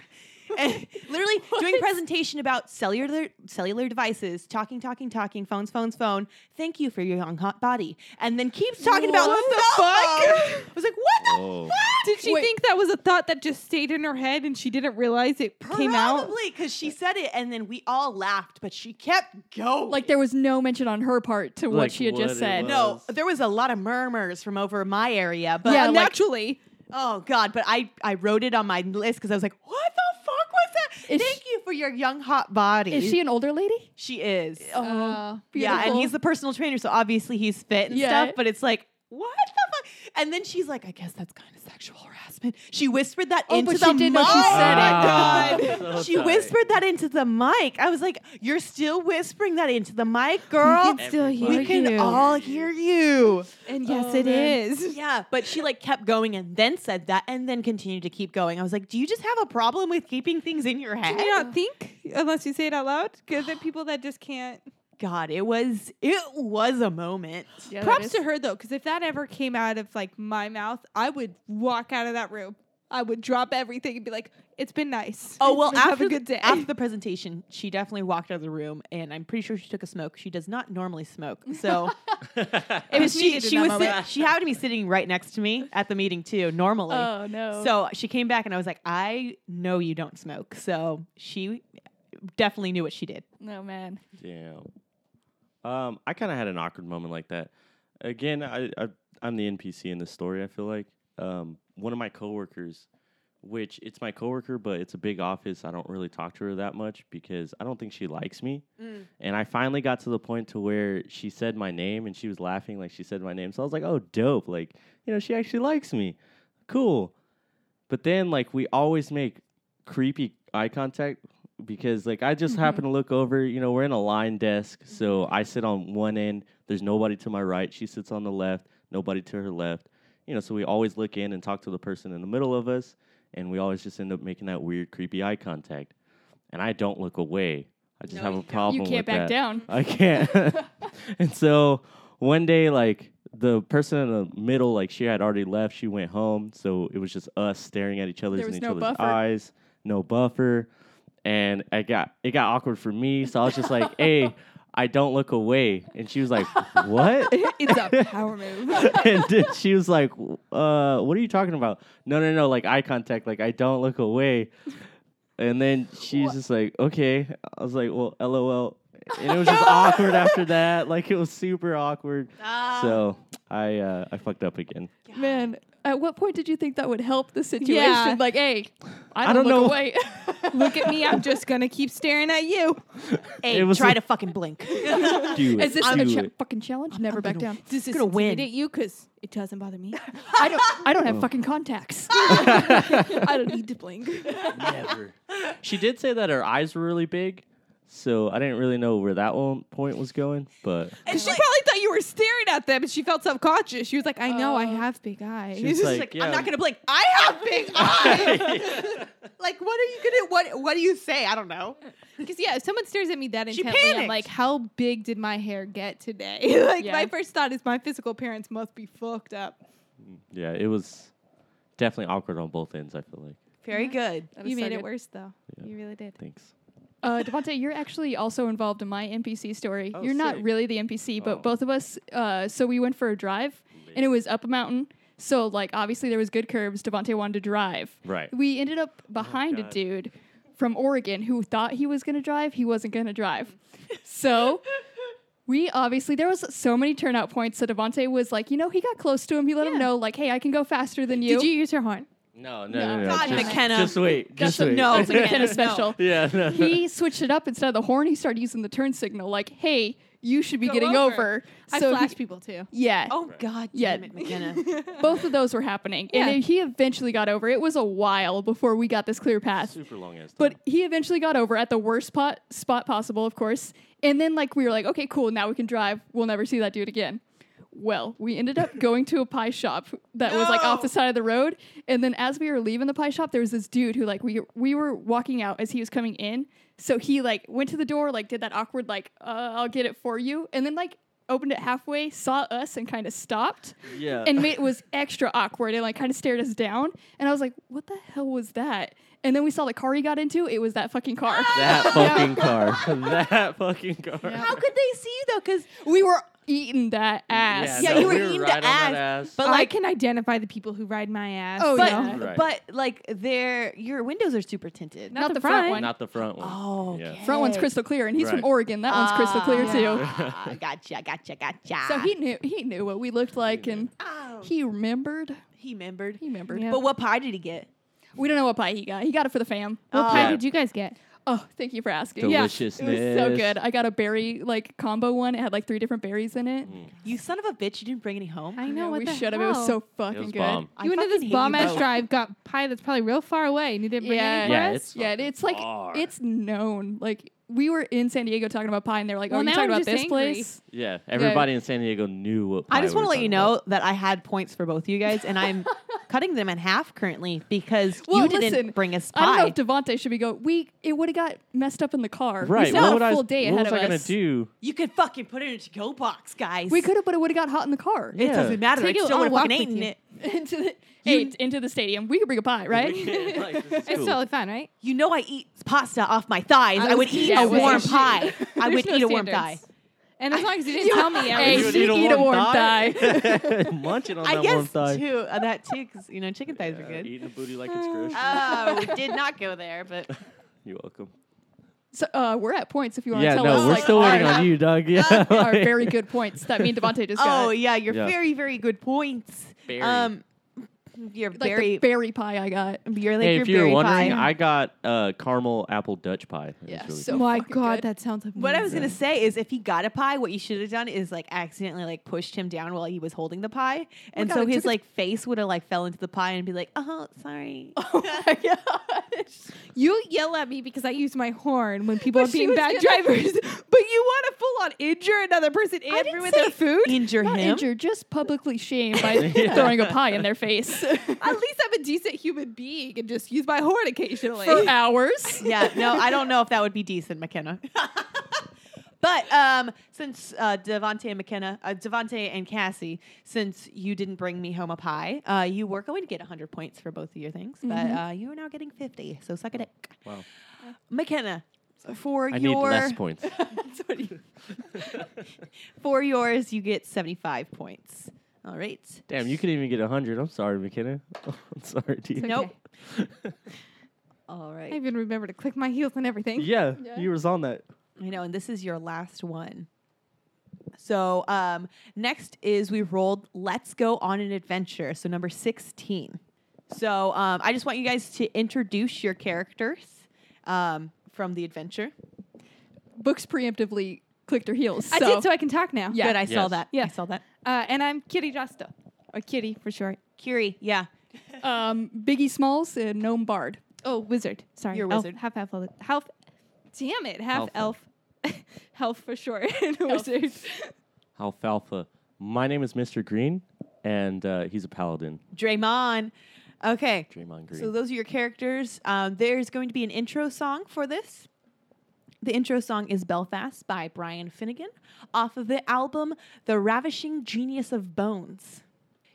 Speaker 1: And literally doing a presentation about cellular cellular devices, talking, talking, talking, phones, phones, phone. Thank you for your young hot body, and then keeps talking about
Speaker 3: What the *laughs*
Speaker 1: phone. I was like, what the
Speaker 2: Oh.
Speaker 3: Did she
Speaker 4: Wait.
Speaker 3: think that was a thought that just stayed in her head and she didn't realize it came out?
Speaker 1: Probably because she said it and then we all laughed, but she kept going.
Speaker 4: Like there was no mention on her part to
Speaker 2: Like
Speaker 4: what she had
Speaker 2: what
Speaker 4: just
Speaker 2: it
Speaker 4: said.
Speaker 2: was.
Speaker 1: no, there was a lot of murmurs from over my area, but
Speaker 4: Yeah,
Speaker 1: I'm like,
Speaker 3: Naturally.
Speaker 1: oh god, but I I wrote it on my list because I was like, what the fuck was that?
Speaker 4: Is
Speaker 1: Thank
Speaker 4: she-
Speaker 1: you for your young hot body.
Speaker 4: Is she an older lady?
Speaker 1: She is.
Speaker 3: Uh,
Speaker 4: Oh,
Speaker 1: yeah, and
Speaker 4: beautiful.
Speaker 1: he's the personal trainer, so obviously he's fit and
Speaker 4: Yeah.
Speaker 1: stuff. But it's like, what the fuck? And then she's like, I guess that's kind of sexual harassment. She whispered that
Speaker 4: Oh,
Speaker 1: into
Speaker 4: but
Speaker 1: the
Speaker 4: she did
Speaker 1: mic.
Speaker 4: when she said it.
Speaker 2: Ah,
Speaker 1: *laughs* Oh my
Speaker 2: so
Speaker 1: god! she
Speaker 2: tight.
Speaker 1: whispered that into the mic. I was like, you're still whispering that into the mic, girl.
Speaker 2: still hear
Speaker 1: We can
Speaker 3: you.
Speaker 1: all hear you.
Speaker 3: And yes,
Speaker 4: Oh,
Speaker 3: it
Speaker 4: man.
Speaker 3: is. *laughs*
Speaker 1: Yeah, but she like kept going and then said that and then continued to keep going. I was like, do you just have a problem with keeping things in your head?
Speaker 3: Can you not think unless you say it out loud? Because there are people that just
Speaker 4: *sighs*
Speaker 3: can't.
Speaker 1: God, it was it was a moment.
Speaker 3: Props to her though, because if that ever came out of like my mouth, I would walk out of that room. I would drop everything and be like, "It's been nice."
Speaker 1: Oh well,
Speaker 3: have
Speaker 1: after
Speaker 3: a good
Speaker 1: the-
Speaker 3: day. *laughs*
Speaker 1: after the presentation, she definitely walked out of the room, and I'm pretty sure she took a smoke. She does not normally smoke, *laughs* so
Speaker 2: *laughs*
Speaker 1: it was she.
Speaker 3: needed in
Speaker 1: She
Speaker 3: that
Speaker 1: was
Speaker 3: moment.
Speaker 1: sit- she happened to be sitting right next to me at the meeting too. Normally,
Speaker 4: Oh no.
Speaker 1: so she came back, and I was like, I know you don't smoke, so she definitely knew what she did.
Speaker 4: no man.
Speaker 2: Damn. Um, I kind of had an awkward moment like that. Again, I, I I'm the NPC in this story. I feel like um, one of my coworkers, which it's my coworker, but it's a big office. I don't really talk to her that much because I don't think she likes me. And I finally got to the point to where she said my name and she was laughing like she said my name. So I was like, "Oh, dope! Like, you know, she actually likes me. Cool." But then like we always make creepy eye contact because like I just
Speaker 4: Mm-hmm.
Speaker 2: happen to look over, you know, we're in a line desk, so I sit on one end, there's nobody to my right, she sits on the left, nobody to her left. You know, so we always look in and talk to the person in the middle of us, and we always just end up making that weird creepy eye contact. And I don't look away. I just have a problem
Speaker 4: You
Speaker 2: with
Speaker 4: can't
Speaker 2: that.
Speaker 4: back down.
Speaker 2: I can't. *laughs* and so one day, like the person in the middle, like she had already left. She went home, so it was just us staring at each other's
Speaker 4: There
Speaker 2: in
Speaker 4: was
Speaker 2: each
Speaker 4: no
Speaker 2: other's
Speaker 4: buffer.
Speaker 2: eyes, no buffer. And I got it got awkward for me, so I was just like,
Speaker 4: *laughs*
Speaker 2: "Hey, I don't look away," and she was like, "What?"
Speaker 4: *laughs*
Speaker 3: it's a power move.
Speaker 2: *laughs* and then she was like, uh, "What are you talking about?" No, no, no, like eye contact, like I don't look away. And then she's just like, "Okay." I was like, "Well, lol." And it was just
Speaker 1: *laughs*
Speaker 2: awkward after that. Like it was super awkward.
Speaker 1: Ah.
Speaker 2: so I uh, I fucked up again.
Speaker 4: Man, at what point did you think that would help the situation?
Speaker 3: Yeah.
Speaker 4: Like, hey, I
Speaker 2: I
Speaker 4: don't,
Speaker 2: don't
Speaker 4: look
Speaker 2: know.
Speaker 4: away.
Speaker 3: Look at me. I'm just gonna keep staring at you.
Speaker 1: Hey,
Speaker 2: It was
Speaker 1: try
Speaker 2: a-
Speaker 1: to fucking
Speaker 2: *laughs*
Speaker 1: blink.
Speaker 2: Do
Speaker 4: Is
Speaker 2: it.
Speaker 4: this
Speaker 2: do
Speaker 4: a cha-
Speaker 2: it.
Speaker 4: fucking challenge? Never back down.
Speaker 3: This is
Speaker 1: gonna win.
Speaker 3: at you because it doesn't bother me.
Speaker 4: I don't. I don't have fucking contacts. *laughs*
Speaker 3: I don't need to blink.
Speaker 2: Never. She did say that her eyes were really big, so I didn't really know where that one point was going. But
Speaker 3: And she probably thought you were staring at them, and she felt self conscious. She was like, "I know I
Speaker 4: Oh.
Speaker 3: have big eyes."
Speaker 2: She's
Speaker 1: She's
Speaker 2: like,
Speaker 1: like,
Speaker 2: yeah.
Speaker 1: I'm not gonna blink. I have big
Speaker 2: *laughs*
Speaker 1: eyes. *laughs* like, what are you gonna? What What do you say? I don't know.
Speaker 3: Because yeah, if someone stares at me that
Speaker 1: She
Speaker 3: intently, I'm
Speaker 1: panicked.
Speaker 3: like, how big did my hair get today? *laughs* like
Speaker 4: Yeah.
Speaker 3: my first thought is my physical appearance must be fucked up.
Speaker 2: yeah, it was definitely awkward on both ends. I feel like.
Speaker 1: Very good.
Speaker 4: That is
Speaker 3: You
Speaker 4: so
Speaker 3: made it
Speaker 4: good.
Speaker 3: worse *laughs* though.
Speaker 2: Yeah.
Speaker 3: You really did.
Speaker 2: Thanks.
Speaker 4: Uh, Devonte, you're actually also involved in my NPC story.
Speaker 2: Oh,
Speaker 4: you're not
Speaker 2: sick.
Speaker 4: really the NPC, but
Speaker 2: Oh.
Speaker 4: both of us. Uh, so we went for a drive, and it was up a mountain. So like obviously there was good curves. Devonte wanted to drive.
Speaker 2: Right.
Speaker 4: We ended up behind a
Speaker 2: God.
Speaker 4: dude from Oregon who thought he was gonna drive. He wasn't gonna drive. so. We obviously there was so many turnout points that Devonte was like, you know, he got close to him. He let him
Speaker 3: Yeah.
Speaker 4: know, like, hey, I can go faster than you.
Speaker 3: Did you use your horn?
Speaker 2: No, no,
Speaker 4: No.
Speaker 2: no, no.
Speaker 1: God,
Speaker 2: just,
Speaker 1: McKenna.
Speaker 2: Just wait. Just
Speaker 4: a-
Speaker 2: wait.
Speaker 1: no,
Speaker 3: *laughs*
Speaker 4: It's a McKenna special.
Speaker 2: *laughs* yeah. No.
Speaker 4: he switched it up instead of the horn. He started using the turn signal, like, "Hey, you should be
Speaker 3: Go
Speaker 4: getting
Speaker 3: over.
Speaker 4: over.
Speaker 5: I
Speaker 4: So
Speaker 5: flash
Speaker 4: he-
Speaker 5: people too.
Speaker 4: yeah.
Speaker 1: Oh God,
Speaker 4: Yeah.
Speaker 1: damn it,
Speaker 3: *laughs*
Speaker 1: McKenna.
Speaker 4: Both of those were happening.
Speaker 3: Yeah.
Speaker 4: And then he eventually got over. It was a while before we got this clear path.
Speaker 2: Super long ass.
Speaker 4: But he eventually got over at the worst pot, spot possible, of course. And then, like, we were like, okay, cool, now we can drive. We'll never see that dude again. Well, we ended up going to a pie shop that was like off the side of the road. And then, as we were leaving the pie shop, there was this dude who, like, we we were walking out as he was coming in. So he like went to the door, like did that awkward, like, uh, I'll get it for you, and then like opened it halfway, saw us, and kind of stopped
Speaker 2: yeah.
Speaker 4: and made, it was extra awkward and like kind of stared us down. And I was like, "What the hell was that?" And then we saw the car he got into. It was that fucking
Speaker 2: *laughs*
Speaker 4: car. *laughs*
Speaker 2: that fucking car. *laughs* that fucking car.
Speaker 1: How could they see you though? Because
Speaker 4: we were eating that ass.
Speaker 1: Yeah,
Speaker 2: no,
Speaker 1: you were
Speaker 2: we
Speaker 1: eating the
Speaker 2: right on that
Speaker 1: ass,
Speaker 2: ass.
Speaker 1: but-
Speaker 3: I
Speaker 1: like-
Speaker 3: can identify the people who ride my ass.
Speaker 4: Oh,
Speaker 1: but
Speaker 4: yeah.
Speaker 2: Right.
Speaker 1: but like their your windows are super tinted.
Speaker 4: Not, the front, one.
Speaker 2: not the front one.
Speaker 1: Oh,
Speaker 2: Yeah.
Speaker 1: okay.
Speaker 4: front one's crystal clear, and he's
Speaker 2: Right.
Speaker 4: from Oregon. That one's crystal
Speaker 2: *laughs*
Speaker 4: clear too.
Speaker 1: Ah, gotcha, gotcha, gotcha.
Speaker 4: So he knew he knew what we looked like, and
Speaker 1: Oh.
Speaker 4: he remembered.
Speaker 1: he remembered.
Speaker 4: He remembered.
Speaker 3: Yeah.
Speaker 1: But what pie did he get?
Speaker 4: We don't know what pie he got. He got it for the fam.
Speaker 3: What pie
Speaker 2: Yeah.
Speaker 3: did you guys get?
Speaker 4: Oh, thank you for asking. Yeah, it was so
Speaker 2: Deliciousness.
Speaker 4: good. I got a berry like combo one. It had like three different berries in it.
Speaker 2: Mm.
Speaker 1: You son of a bitch! You didn't bring any home.
Speaker 3: I
Speaker 4: Yeah,
Speaker 3: know. what
Speaker 4: we
Speaker 3: the
Speaker 4: should have. It
Speaker 3: hell?
Speaker 4: was so fucking
Speaker 2: It was
Speaker 4: good.
Speaker 2: bomb.
Speaker 1: I
Speaker 3: You went to
Speaker 1: fucking hate
Speaker 3: this
Speaker 1: you
Speaker 3: bomb ass
Speaker 1: both.
Speaker 3: drive, got pie that's probably real far away, and you didn't bring any
Speaker 4: Yeah,
Speaker 3: for us?
Speaker 2: it's
Speaker 4: Yeah, and
Speaker 2: fucking
Speaker 4: it's like
Speaker 2: far.
Speaker 4: it's known. Like we were in San Diego talking about pie, and they're like, "Oh,
Speaker 3: Well,
Speaker 4: you
Speaker 3: now
Speaker 4: talking
Speaker 3: I'm
Speaker 4: about
Speaker 3: just
Speaker 4: this
Speaker 3: angry.
Speaker 4: place?"
Speaker 2: Yeah, everybody in San Diego knew what.
Speaker 1: I
Speaker 2: pie
Speaker 1: just
Speaker 2: we
Speaker 1: want to
Speaker 2: were
Speaker 1: let you
Speaker 2: talking
Speaker 1: know
Speaker 2: about.
Speaker 1: that I had points for both you guys, and I'm cutting them in half currently because
Speaker 4: Well,
Speaker 1: you didn't
Speaker 4: listen,
Speaker 1: bring us
Speaker 4: I
Speaker 1: pie.
Speaker 4: don't know if Devonte should be go. We it would have got messed up in the car.
Speaker 2: Right,
Speaker 4: we still had
Speaker 2: what
Speaker 4: a
Speaker 2: would
Speaker 4: full
Speaker 2: I,
Speaker 4: day
Speaker 2: what
Speaker 4: ahead
Speaker 2: was
Speaker 4: of
Speaker 2: I gonna
Speaker 4: us.
Speaker 2: do?
Speaker 1: you could fucking put it in a to-go box, guys.
Speaker 4: We could have, but it would have got hot in the car.
Speaker 2: *laughs*
Speaker 1: It doesn't matter.
Speaker 3: Take
Speaker 1: I
Speaker 3: it
Speaker 1: still
Speaker 3: on
Speaker 1: would
Speaker 3: a
Speaker 1: have
Speaker 3: walk
Speaker 1: fucking
Speaker 3: with
Speaker 1: eaten
Speaker 3: you.
Speaker 1: it.
Speaker 4: into the hey, it's into the stadium. We could bring
Speaker 2: *laughs*
Speaker 4: a pie, right?
Speaker 2: like, this is
Speaker 3: It's
Speaker 2: *laughs* cool.
Speaker 3: totally fine, right?
Speaker 1: You know I eat pasta off my thighs. I,
Speaker 3: was
Speaker 1: would
Speaker 3: gonna
Speaker 1: eat
Speaker 3: say,
Speaker 1: a
Speaker 3: what
Speaker 1: warm
Speaker 3: is she?
Speaker 1: pie. I would
Speaker 3: no
Speaker 1: eat a warm
Speaker 3: standards.
Speaker 1: pie.
Speaker 3: And as long as you didn't tell me, I
Speaker 4: Hey,
Speaker 3: was
Speaker 2: You would
Speaker 4: she eat a warm
Speaker 2: *laughs* Munching on
Speaker 1: I
Speaker 2: that warm
Speaker 1: guess
Speaker 2: thigh.
Speaker 1: too uh, that too because you know chicken thighs
Speaker 2: Yeah,
Speaker 1: are good.
Speaker 2: Eating a booty like
Speaker 4: Uh,
Speaker 2: it's grocery.
Speaker 1: Oh, we did not go there, but
Speaker 2: You're welcome.
Speaker 4: so uh, we're at points. If you want to
Speaker 2: Yeah,
Speaker 4: tell
Speaker 2: no,
Speaker 4: us,
Speaker 2: we're
Speaker 4: like,
Speaker 2: still
Speaker 4: our,
Speaker 2: waiting on you, Doug. Yeah,
Speaker 4: *laughs* our very good points that me and
Speaker 2: *laughs*
Speaker 4: Devonte just got. *laughs*
Speaker 1: oh yeah, you're
Speaker 2: Yeah.
Speaker 1: very very good points.
Speaker 2: Berry.
Speaker 1: Um, you're
Speaker 4: like
Speaker 1: very
Speaker 4: the berry pie I got.
Speaker 1: you're like
Speaker 2: Hey,
Speaker 1: your
Speaker 2: if you were
Speaker 1: berry
Speaker 2: wondering,
Speaker 1: pie.
Speaker 2: I got uh, caramel apple Dutch pie. It was
Speaker 4: Yeah,
Speaker 2: really
Speaker 4: so-
Speaker 2: good.
Speaker 3: my
Speaker 4: fucking
Speaker 3: God,
Speaker 4: good.
Speaker 3: that sounds amazing.
Speaker 1: What I was gonna
Speaker 2: Yeah.
Speaker 1: say is, if he got a pie, what you should have done is like accidentally like pushed him down while he was holding the pie, and
Speaker 4: God,
Speaker 1: so
Speaker 4: I
Speaker 1: his
Speaker 4: took a-
Speaker 1: like face would have like fell into the pie and be like, "Oh, sorry."
Speaker 3: You yell at me because I use my horn when people are
Speaker 4: But she
Speaker 3: being
Speaker 4: was
Speaker 3: bad
Speaker 4: gonna- *laughs*
Speaker 3: drivers, *laughs* but you want to full on injure another person
Speaker 1: I
Speaker 3: and
Speaker 1: didn't
Speaker 3: ruin
Speaker 1: say
Speaker 3: their food?
Speaker 1: Injure
Speaker 4: Not
Speaker 1: him.
Speaker 4: injured, just publicly shamed by *laughs* throwing a pie in their face
Speaker 3: *laughs* At least I'm a decent human being and just use my horn occasionally. *laughs*
Speaker 4: for hours.
Speaker 1: yeah, no, I don't know if that would be decent, McKenna. *laughs* but um, since uh, Devante and McKenna, uh, Devante and Cassie, since you didn't bring me home a pie, uh, you were going to get 100 points for both of your things,
Speaker 3: Mm-hmm.
Speaker 1: but uh, you are now getting 50. So suck it up.
Speaker 2: Wow.
Speaker 1: McKenna, for
Speaker 2: I need
Speaker 1: your *laughs*
Speaker 2: less points.
Speaker 1: for yours, you get 75 points. All right.
Speaker 2: Damn, you could even get 100. I'm sorry, McKenna. *laughs* I'm sorry, dude.
Speaker 1: Nope. All right.
Speaker 3: I even remember to click my heels and everything.
Speaker 2: Yeah,
Speaker 4: Yeah.
Speaker 2: you was on that.
Speaker 1: I know, and this is your last one. So um, next is we rolled Let's Go on an Adventure. So number 16. So um, I just want you guys to introduce your characters um, from the adventure.
Speaker 4: Books preemptively clicked her heels.
Speaker 3: I did, so I can talk now.
Speaker 4: Yeah.
Speaker 1: Good, I saw
Speaker 2: Yes.
Speaker 1: that.
Speaker 3: Yeah.
Speaker 1: I saw that.
Speaker 3: Uh, and I'm Kitty Josta, or Kitty for short.
Speaker 1: Curie, yeah.
Speaker 4: um, Biggie Smalls and Gnome Bard.
Speaker 3: Oh, wizard. Sorry,
Speaker 1: You're a
Speaker 3: elf,
Speaker 1: wizard.
Speaker 3: Half elf. Half. Damn it, half
Speaker 2: Half elf.
Speaker 3: elf. *laughs* Health for short. *laughs* and a wizard.
Speaker 2: Alfalfa. My name is Mr. Green, and uh, he's a paladin.
Speaker 1: Draymond. Okay.
Speaker 2: Draymond Green.
Speaker 1: So those are your characters. Um, there's going to be an intro song for this. The intro song is Belfast by Brian Finnegan off of the album The Ravishing Genius of Bones.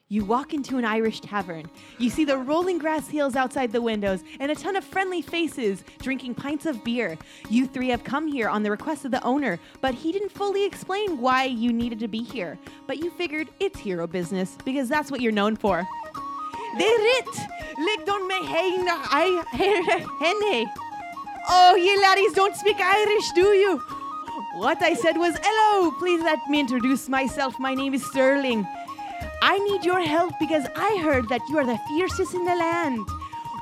Speaker 1: You walk into an Irish tavern. You see the rolling grass hills outside the windows and a ton of friendly faces drinking pints of beer. You three have come here on the request of the owner, but he didn't fully explain why you needed to be here. But you figured it's hero business because that's what you're known for. Det är rätt! Lägg don mig hänga... Henne! Oh, you laddies don't speak Irish, do you? What I said was, hello, please let me introduce myself. My name is Sterling. I need your help because I heard that you are the fiercest in the land.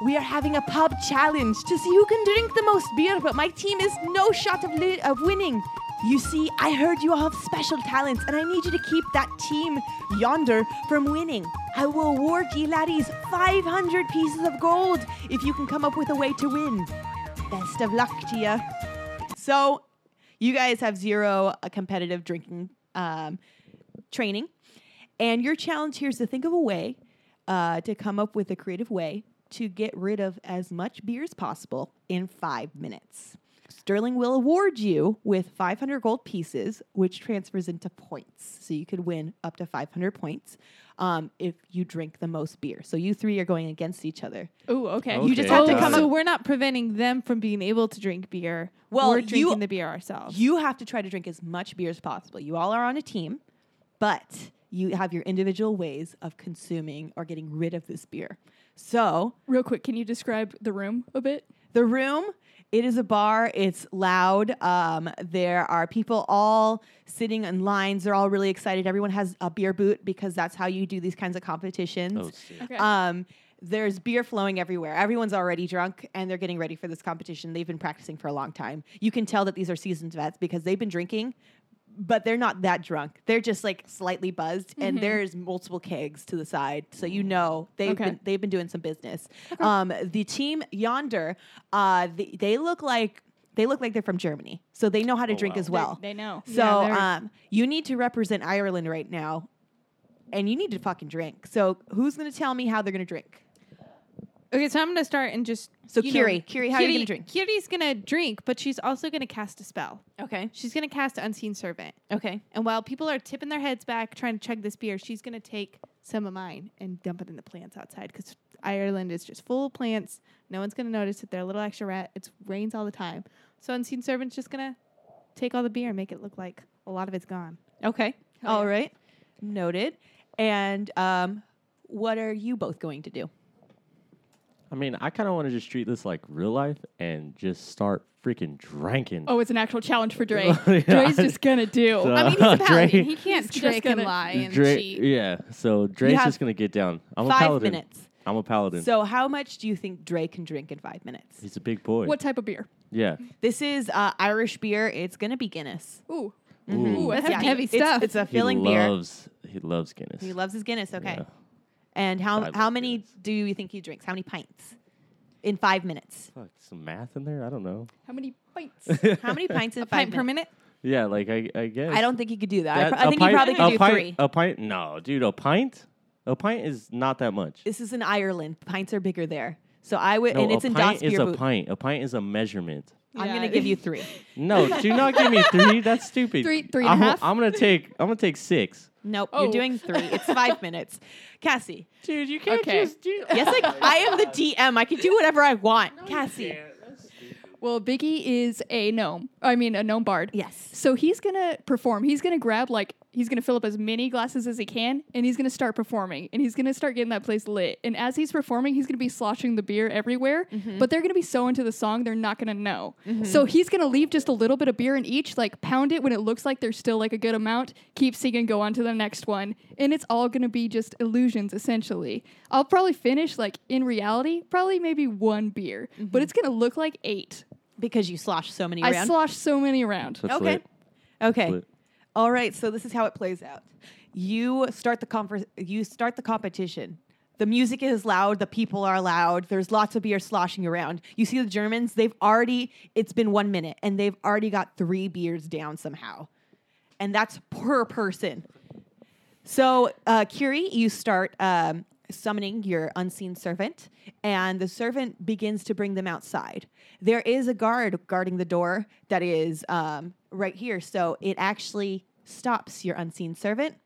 Speaker 1: We are having a pub challenge to see who can drink the most beer, but my team is no shot of, li- of winning. You see, I heard you all have special talents, and I need you to keep that team yonder from winning. I will award ye laddies 500 pieces of gold if you can come up with a way to win. Best of luck to you. So, you guys have zero uh, competitive drinking um, training, and your challenge here is to think of a way uh, to come up with a creative way to get rid of as much beer as possible in five minutes. Sterling will award you with 500 gold pieces, which transfers into points. So you could win up to 500 points um, if you drink the most beer. So you three are going against each other.
Speaker 4: Ooh, okay.
Speaker 2: Okay.
Speaker 1: You just have to
Speaker 2: got
Speaker 1: come
Speaker 2: it.
Speaker 3: so
Speaker 1: up.
Speaker 3: we're not preventing them from being able to drink beer.
Speaker 1: Well,
Speaker 3: we're
Speaker 1: you-
Speaker 3: drinking the beer ourselves.
Speaker 1: You have to try to drink as much beer as possible. You all are on a team, but you have your individual ways of consuming or getting rid of this beer. So
Speaker 4: Real quick, can you describe the room a bit?
Speaker 1: The room, it is a bar. It's loud. Um, there are people all sitting in lines. They're all really excited. Everyone has a beer boot because that's how you do these kinds of competitions.
Speaker 2: Oh, shit.
Speaker 4: Okay.
Speaker 1: Um, there's beer flowing everywhere. Everyone's already drunk and they're getting ready for this competition. They've been practicing for a long time. You can tell that these are seasoned vets because they've been drinking, but they're not that drunk. They're just like slightly buzzed
Speaker 4: Mm-hmm.
Speaker 1: and there's multiple kegs to the side. So you know they've
Speaker 4: Okay.
Speaker 1: been they've been doing some business. Um, the team yonder, uh, the, they look like they look like they're from Germany. So they know how to
Speaker 2: Oh,
Speaker 1: drink
Speaker 2: wow.
Speaker 1: as well.
Speaker 4: they know.
Speaker 1: So
Speaker 4: Yeah, they're-
Speaker 1: um, you need to represent Ireland right now, and you need to fucking drink. So who's gonna tell me how they're gonna drink?
Speaker 3: Okay, so I'm gonna start and just
Speaker 1: So
Speaker 3: you
Speaker 1: Kiri,
Speaker 3: know,
Speaker 1: Kiri, how are you gonna drink?
Speaker 3: Kiri's gonna drink, but she's also gonna cast a spell.
Speaker 1: Okay.
Speaker 3: She's gonna cast Unseen Servant,
Speaker 1: Okay.
Speaker 3: and while people are tipping their heads back trying to chug this beer, she's gonna take some of mine and dump it in the plants outside because Ireland is just full of plants. No one's gonna notice it. They're a little extra rat. It rains all the time, so Unseen Servant's just gonna take all the beer and make it look like a lot of it's gone.
Speaker 1: Okay.
Speaker 3: Hell
Speaker 1: All
Speaker 3: yeah.
Speaker 1: right. Noted. And um, what are you both going to do?
Speaker 2: I mean, I kind of want to just treat this like real life and just start freaking drinking.
Speaker 4: oh, it's an actual challenge for Dre.
Speaker 2: *laughs* Yeah.
Speaker 4: Dre's just gonna do.
Speaker 2: *laughs* So-
Speaker 4: I mean,
Speaker 2: Uh,
Speaker 5: he's a paladin.
Speaker 2: Dre-
Speaker 5: He can't
Speaker 4: just
Speaker 5: trick and
Speaker 4: gonna-
Speaker 5: lie and
Speaker 2: Dre-
Speaker 5: cheat.
Speaker 2: yeah, so Dre's
Speaker 1: have
Speaker 2: just gonna get down. I'm a
Speaker 1: five
Speaker 2: paladin.
Speaker 1: minutes.
Speaker 2: I'm a paladin.
Speaker 1: So how much do you think Dre can drink in five minutes?
Speaker 2: He's a big boy.
Speaker 4: what type of beer?
Speaker 2: Yeah.
Speaker 1: This is uh, Irish beer. It's gonna be Guinness.
Speaker 4: Ooh,
Speaker 2: Ooh.
Speaker 1: Mm-hmm.
Speaker 4: ooh, that's
Speaker 1: Yeah,
Speaker 4: heavy.
Speaker 1: it's-
Speaker 3: stuff.
Speaker 1: It's a
Speaker 2: He
Speaker 1: filling beer.
Speaker 2: loves he loves Guinness.
Speaker 1: He loves his Guinness. Okay.
Speaker 2: Yeah.
Speaker 1: And
Speaker 2: I
Speaker 1: how
Speaker 2: love
Speaker 1: how many
Speaker 2: Guinness.
Speaker 1: do you think he drinks? How many pints? In five
Speaker 2: *laughs*
Speaker 1: minutes.
Speaker 2: Fuck, some math in there. I don't know.
Speaker 4: How many bites?
Speaker 1: How many pints in
Speaker 3: A
Speaker 1: five
Speaker 3: pint per
Speaker 1: minutes?
Speaker 3: minute.
Speaker 2: Yeah, like I, I guess.
Speaker 1: I don't think he could do that. I
Speaker 2: That-
Speaker 1: pro- I,
Speaker 2: a
Speaker 1: think
Speaker 2: pint,
Speaker 1: he probably
Speaker 2: a
Speaker 1: could do
Speaker 2: pint,
Speaker 1: three.
Speaker 2: A pint? No, dude, a pint. A pint is not that much.
Speaker 1: This is in Ireland. Pints are bigger there. So I would,
Speaker 2: no,
Speaker 1: and it's
Speaker 2: a
Speaker 1: in Das
Speaker 2: pint is
Speaker 1: Beer
Speaker 2: a
Speaker 1: Boot.
Speaker 2: pint. A pint is a measurement.
Speaker 1: I'm gonna
Speaker 3: Yeah.
Speaker 1: give you three.
Speaker 2: No, do
Speaker 1: *laughs*
Speaker 2: not give me three. That's stupid.
Speaker 4: Three- three and a
Speaker 2: I'm,
Speaker 4: half?
Speaker 2: I'm gonna take. I'm gonna take six.
Speaker 1: Nope,
Speaker 4: Oh.
Speaker 1: you're doing three. It's
Speaker 4: *laughs*
Speaker 1: five minutes. Cassie,
Speaker 2: Dude, you can't
Speaker 4: Okay.
Speaker 2: just do.
Speaker 1: yes, I, I am the DM. I can do whatever I want. Cassie,
Speaker 4: Well, Biggie is a gnome. I mean, a gnome bard.
Speaker 1: yes.
Speaker 4: So he's gonna perform. He's gonna grab like he's gonna fill up as many glasses as he can, and he's gonna start performing, and he's gonna start getting that place lit. And as he's performing, he's gonna be sloshing the beer everywhere. But they're gonna be so into the song, they're not gonna know. So he's gonna leave just a little bit of beer in each, like pound it when it looks like there's still like a good amount. Keep singing, go on to the next one, and it's all gonna be just illusions essentially. I'll probably finish like in reality, probably maybe one beer, but it's gonna look like eight.
Speaker 1: Because you sloshed so many
Speaker 4: I
Speaker 1: around.
Speaker 4: sloshed so many around.
Speaker 2: That's
Speaker 1: okay.
Speaker 2: lit.
Speaker 1: Okay.
Speaker 2: Lit.
Speaker 1: All right. So this is how it plays out. You start the confer- You start the competition. The music is loud. The people are loud. There's lots of beer sloshing around. You see the Germans. They've already. It's been one minute, and they've already got three beers down somehow, and that's per person. So, uh, Kiri, you start um, summoning your unseen servant, and the servant begins to bring them outside. There is a guard guarding the door that is um, right here, so it actually stops your unseen servant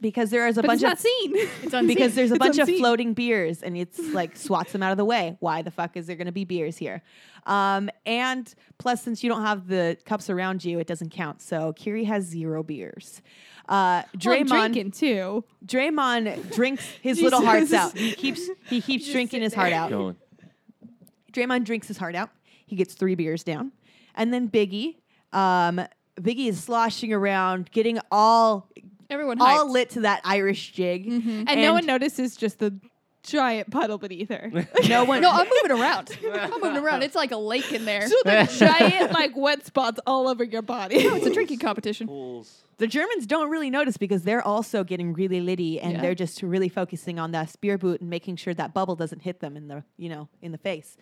Speaker 1: because there is a
Speaker 3: But
Speaker 1: bunch
Speaker 3: it's
Speaker 1: of
Speaker 3: not *laughs*
Speaker 4: *laughs*
Speaker 3: seen.
Speaker 1: because there's a bunch of
Speaker 4: unseen.
Speaker 1: floating beers, and it's like swats them out of the way. Why the fuck is there going to be beers here? Um, and plus, since you don't have the cups around you, it doesn't count. So Kiri has zero beers. Uh,
Speaker 3: Well, I'm
Speaker 1: Draymond.
Speaker 3: drinking too.
Speaker 1: Draymond
Speaker 3: *laughs*
Speaker 1: drinks his little hearts out. He keeps he keeps drinking his heart out.
Speaker 2: Going.
Speaker 1: Draymond drinks his heart out. He gets three beers down, and then Biggie, um, Biggie is sloshing around, getting all
Speaker 4: Everyone,
Speaker 1: all
Speaker 3: *laughs*
Speaker 4: hyped.
Speaker 1: lit to that Irish jig,
Speaker 3: Mm-hmm. And, no one notices just the giant puddle beneath her.
Speaker 1: *laughs* No one.
Speaker 4: No, I'm moving *laughs* around. I'm moving around. It's like a lake in *laughs* there.
Speaker 3: so the giant like wet spots all over your body.
Speaker 4: it's a drinking competition.
Speaker 2: Pools.
Speaker 1: the Germans don't really notice because they're also getting really litty and
Speaker 4: Yeah.
Speaker 1: they're just really focusing on that spear boot and making sure that bubble doesn't hit them in the you know in the face.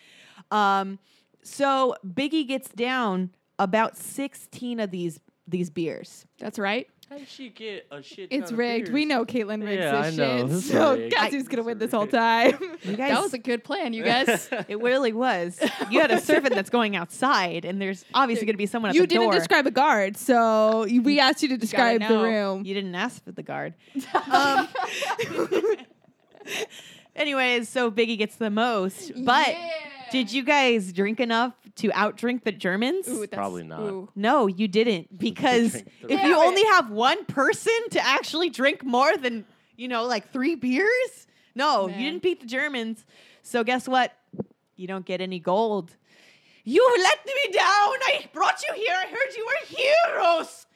Speaker 1: Um, so Biggie gets down about sixteen of these these beers.
Speaker 4: That's right.
Speaker 2: How did she get a shit?
Speaker 3: It's
Speaker 2: ton of
Speaker 3: rigged. We
Speaker 2: beers?
Speaker 3: know Caitlin rigs
Speaker 2: Yeah,
Speaker 3: this
Speaker 2: I know.
Speaker 3: shit.
Speaker 2: This is
Speaker 3: so
Speaker 2: rigged.
Speaker 3: guess
Speaker 2: I-
Speaker 3: who's gonna win this whole
Speaker 2: rigged.
Speaker 3: time?
Speaker 1: You guys,
Speaker 4: That was a good plan,
Speaker 2: *laughs*
Speaker 3: *laughs*
Speaker 4: you guys.
Speaker 1: it really was.
Speaker 4: *laughs*
Speaker 1: You had a servant that's going outside, and there's obviously going to be someone at
Speaker 3: you
Speaker 1: the
Speaker 3: didn't
Speaker 1: door.
Speaker 3: describe a guard, so you- we asked you to describe the
Speaker 4: know.
Speaker 3: room.
Speaker 1: You didn't ask for the guard. um, anyways, so Biggie gets the most. But did you guys drink enough to outdrink the Germans?
Speaker 4: Ooh, that's-
Speaker 2: Probably not.
Speaker 4: ooh.
Speaker 1: no, you didn't because
Speaker 2: drink the
Speaker 1: if
Speaker 2: rest.
Speaker 1: you
Speaker 4: Damn it.
Speaker 1: only have one person to actually drink more than, you know, like 3 beers, no,
Speaker 4: Man.
Speaker 1: you didn't beat the Germans. So guess what? You don't get any gold. You let me down. I brought you here. I heard you were heroes.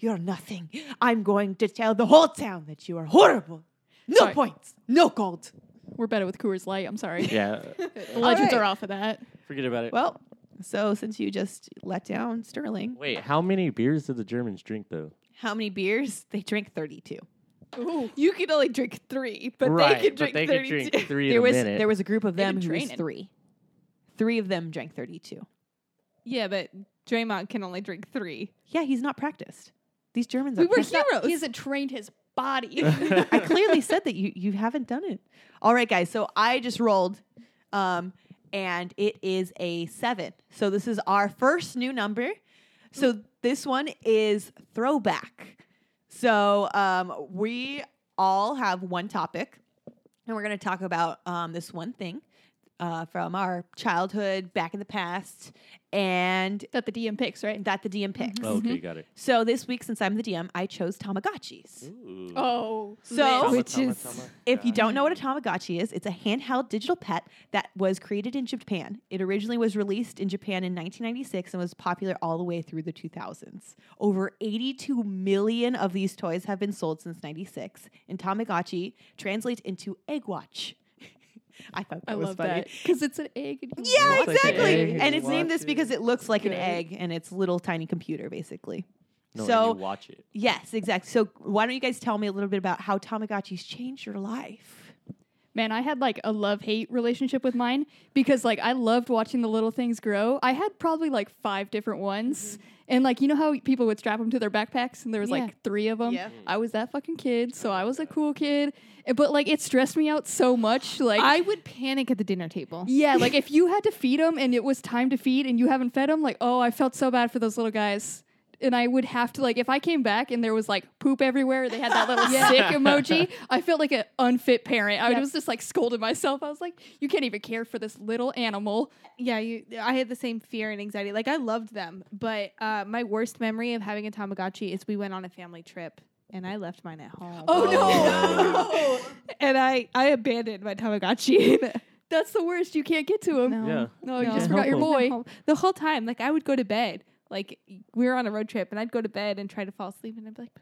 Speaker 1: You're nothing. I'm going to tell the whole town that you are horrible. No
Speaker 4: Sorry.
Speaker 1: points. No gold.
Speaker 4: We're better with Coors Light. I'm sorry.
Speaker 1: *laughs*
Speaker 2: Yeah,
Speaker 4: The legends
Speaker 1: right.
Speaker 4: are off of that.
Speaker 2: forget about it.
Speaker 1: Well, so since you just let down Sterling,
Speaker 2: Wait, how many beers did the Germans drink though?
Speaker 1: how many beers? They drank 32.
Speaker 3: You could only drink three, but
Speaker 2: right,
Speaker 3: they could drink
Speaker 2: but they could
Speaker 3: 32.
Speaker 2: drink three
Speaker 1: there
Speaker 2: in
Speaker 1: was
Speaker 2: a minute.
Speaker 1: there was a group of
Speaker 4: They've
Speaker 1: them
Speaker 4: been
Speaker 1: who was
Speaker 4: training.
Speaker 1: three. Three of them drank 32.
Speaker 3: Yeah, but Draymond can only drink three.
Speaker 1: Yeah, he's not practiced. These Germans
Speaker 3: We
Speaker 1: are
Speaker 3: were
Speaker 1: practiced.
Speaker 4: He's not-
Speaker 3: Heroes.
Speaker 4: he hasn't trained his
Speaker 3: *laughs*
Speaker 4: body.
Speaker 1: I clearly said that you you haven't done it. All right, guys. So I just rolled, um, and it is a seven. So this is our first new number. So this one is throwback. So um, we all have one topic, and we're going to talk about um, this one thing uh, from our childhood, back in the past, and
Speaker 4: that the DM picks, right?
Speaker 1: that the DM picks.
Speaker 2: Oh, okay, got it.
Speaker 1: So this week, since I'm the DM, I chose Tamagotchis.
Speaker 2: Ooh.
Speaker 4: Oh,
Speaker 1: So-
Speaker 4: man.
Speaker 2: Tama,
Speaker 3: which
Speaker 2: Tama,
Speaker 3: is-
Speaker 2: Tama.
Speaker 1: If you
Speaker 2: Got it.
Speaker 1: don't know what a Tamagotchi is, it's a handheld digital pet that was created in Japan. It originally was released in Japan in 1996 and was popular all the way through the 2000s. Over 82 million of these toys have been sold since 96, and Tamagotchi translates into egg watch. *laughs* I thought that
Speaker 4: I
Speaker 1: was
Speaker 4: love
Speaker 1: funny.
Speaker 4: that because it's an egg. And you
Speaker 1: Yeah,
Speaker 2: Looks like an
Speaker 1: exactly.
Speaker 2: egg.
Speaker 1: and
Speaker 2: You
Speaker 1: it's named
Speaker 2: watch
Speaker 1: this because it looks like an
Speaker 4: Okay.
Speaker 1: egg and it's little tiny computer basically.
Speaker 2: No,
Speaker 1: so
Speaker 2: and you watch it.
Speaker 1: Yes, exactly. So why don't you guys tell me a little bit about how Tamagotchis changed your life?
Speaker 4: Man, I had like a love hate relationship with mine because like I loved watching the little things grow. I had probably like five different ones. And like you know how people would strap them to their backpacks and there was
Speaker 1: Mm-hmm. Yeah.
Speaker 4: like three of them.
Speaker 1: Yeah. Oh,
Speaker 4: I was that fucking kid, so I was a cool kid. Eh, But like it stressed me out so much. Like
Speaker 3: I would panic at the dinner table.
Speaker 4: yeah, like if you had to feed them and it was time to feed and you haven't fed them, like oh, I felt so bad for those little guys. And I would have to like if I came back and there was like poop everywhere, they had
Speaker 2: *laughs*
Speaker 4: that little sick emoji. I felt like an unfit parent. I
Speaker 3: Yeah.
Speaker 4: was just like scolding myself. I was like, you can't even care for this little animal.
Speaker 3: Yeah, you, I had the same fear and anxiety. Like I loved them, but uh, my worst memory of having a Tamagotchi is we went on a family trip and I left mine at home.
Speaker 4: Oh,
Speaker 2: Oh.
Speaker 3: no! *laughs* and I I abandoned my Tamagotchi.
Speaker 4: That's the worst. You can't get to him.
Speaker 3: No.
Speaker 2: Yeah.
Speaker 4: No, you
Speaker 3: No.
Speaker 4: just forgot your
Speaker 2: Helpful.
Speaker 4: boy.
Speaker 3: the whole time, like I would go to bed. Like we were on a road trip, and I'd go to bed and try to fall asleep, and I'd be like,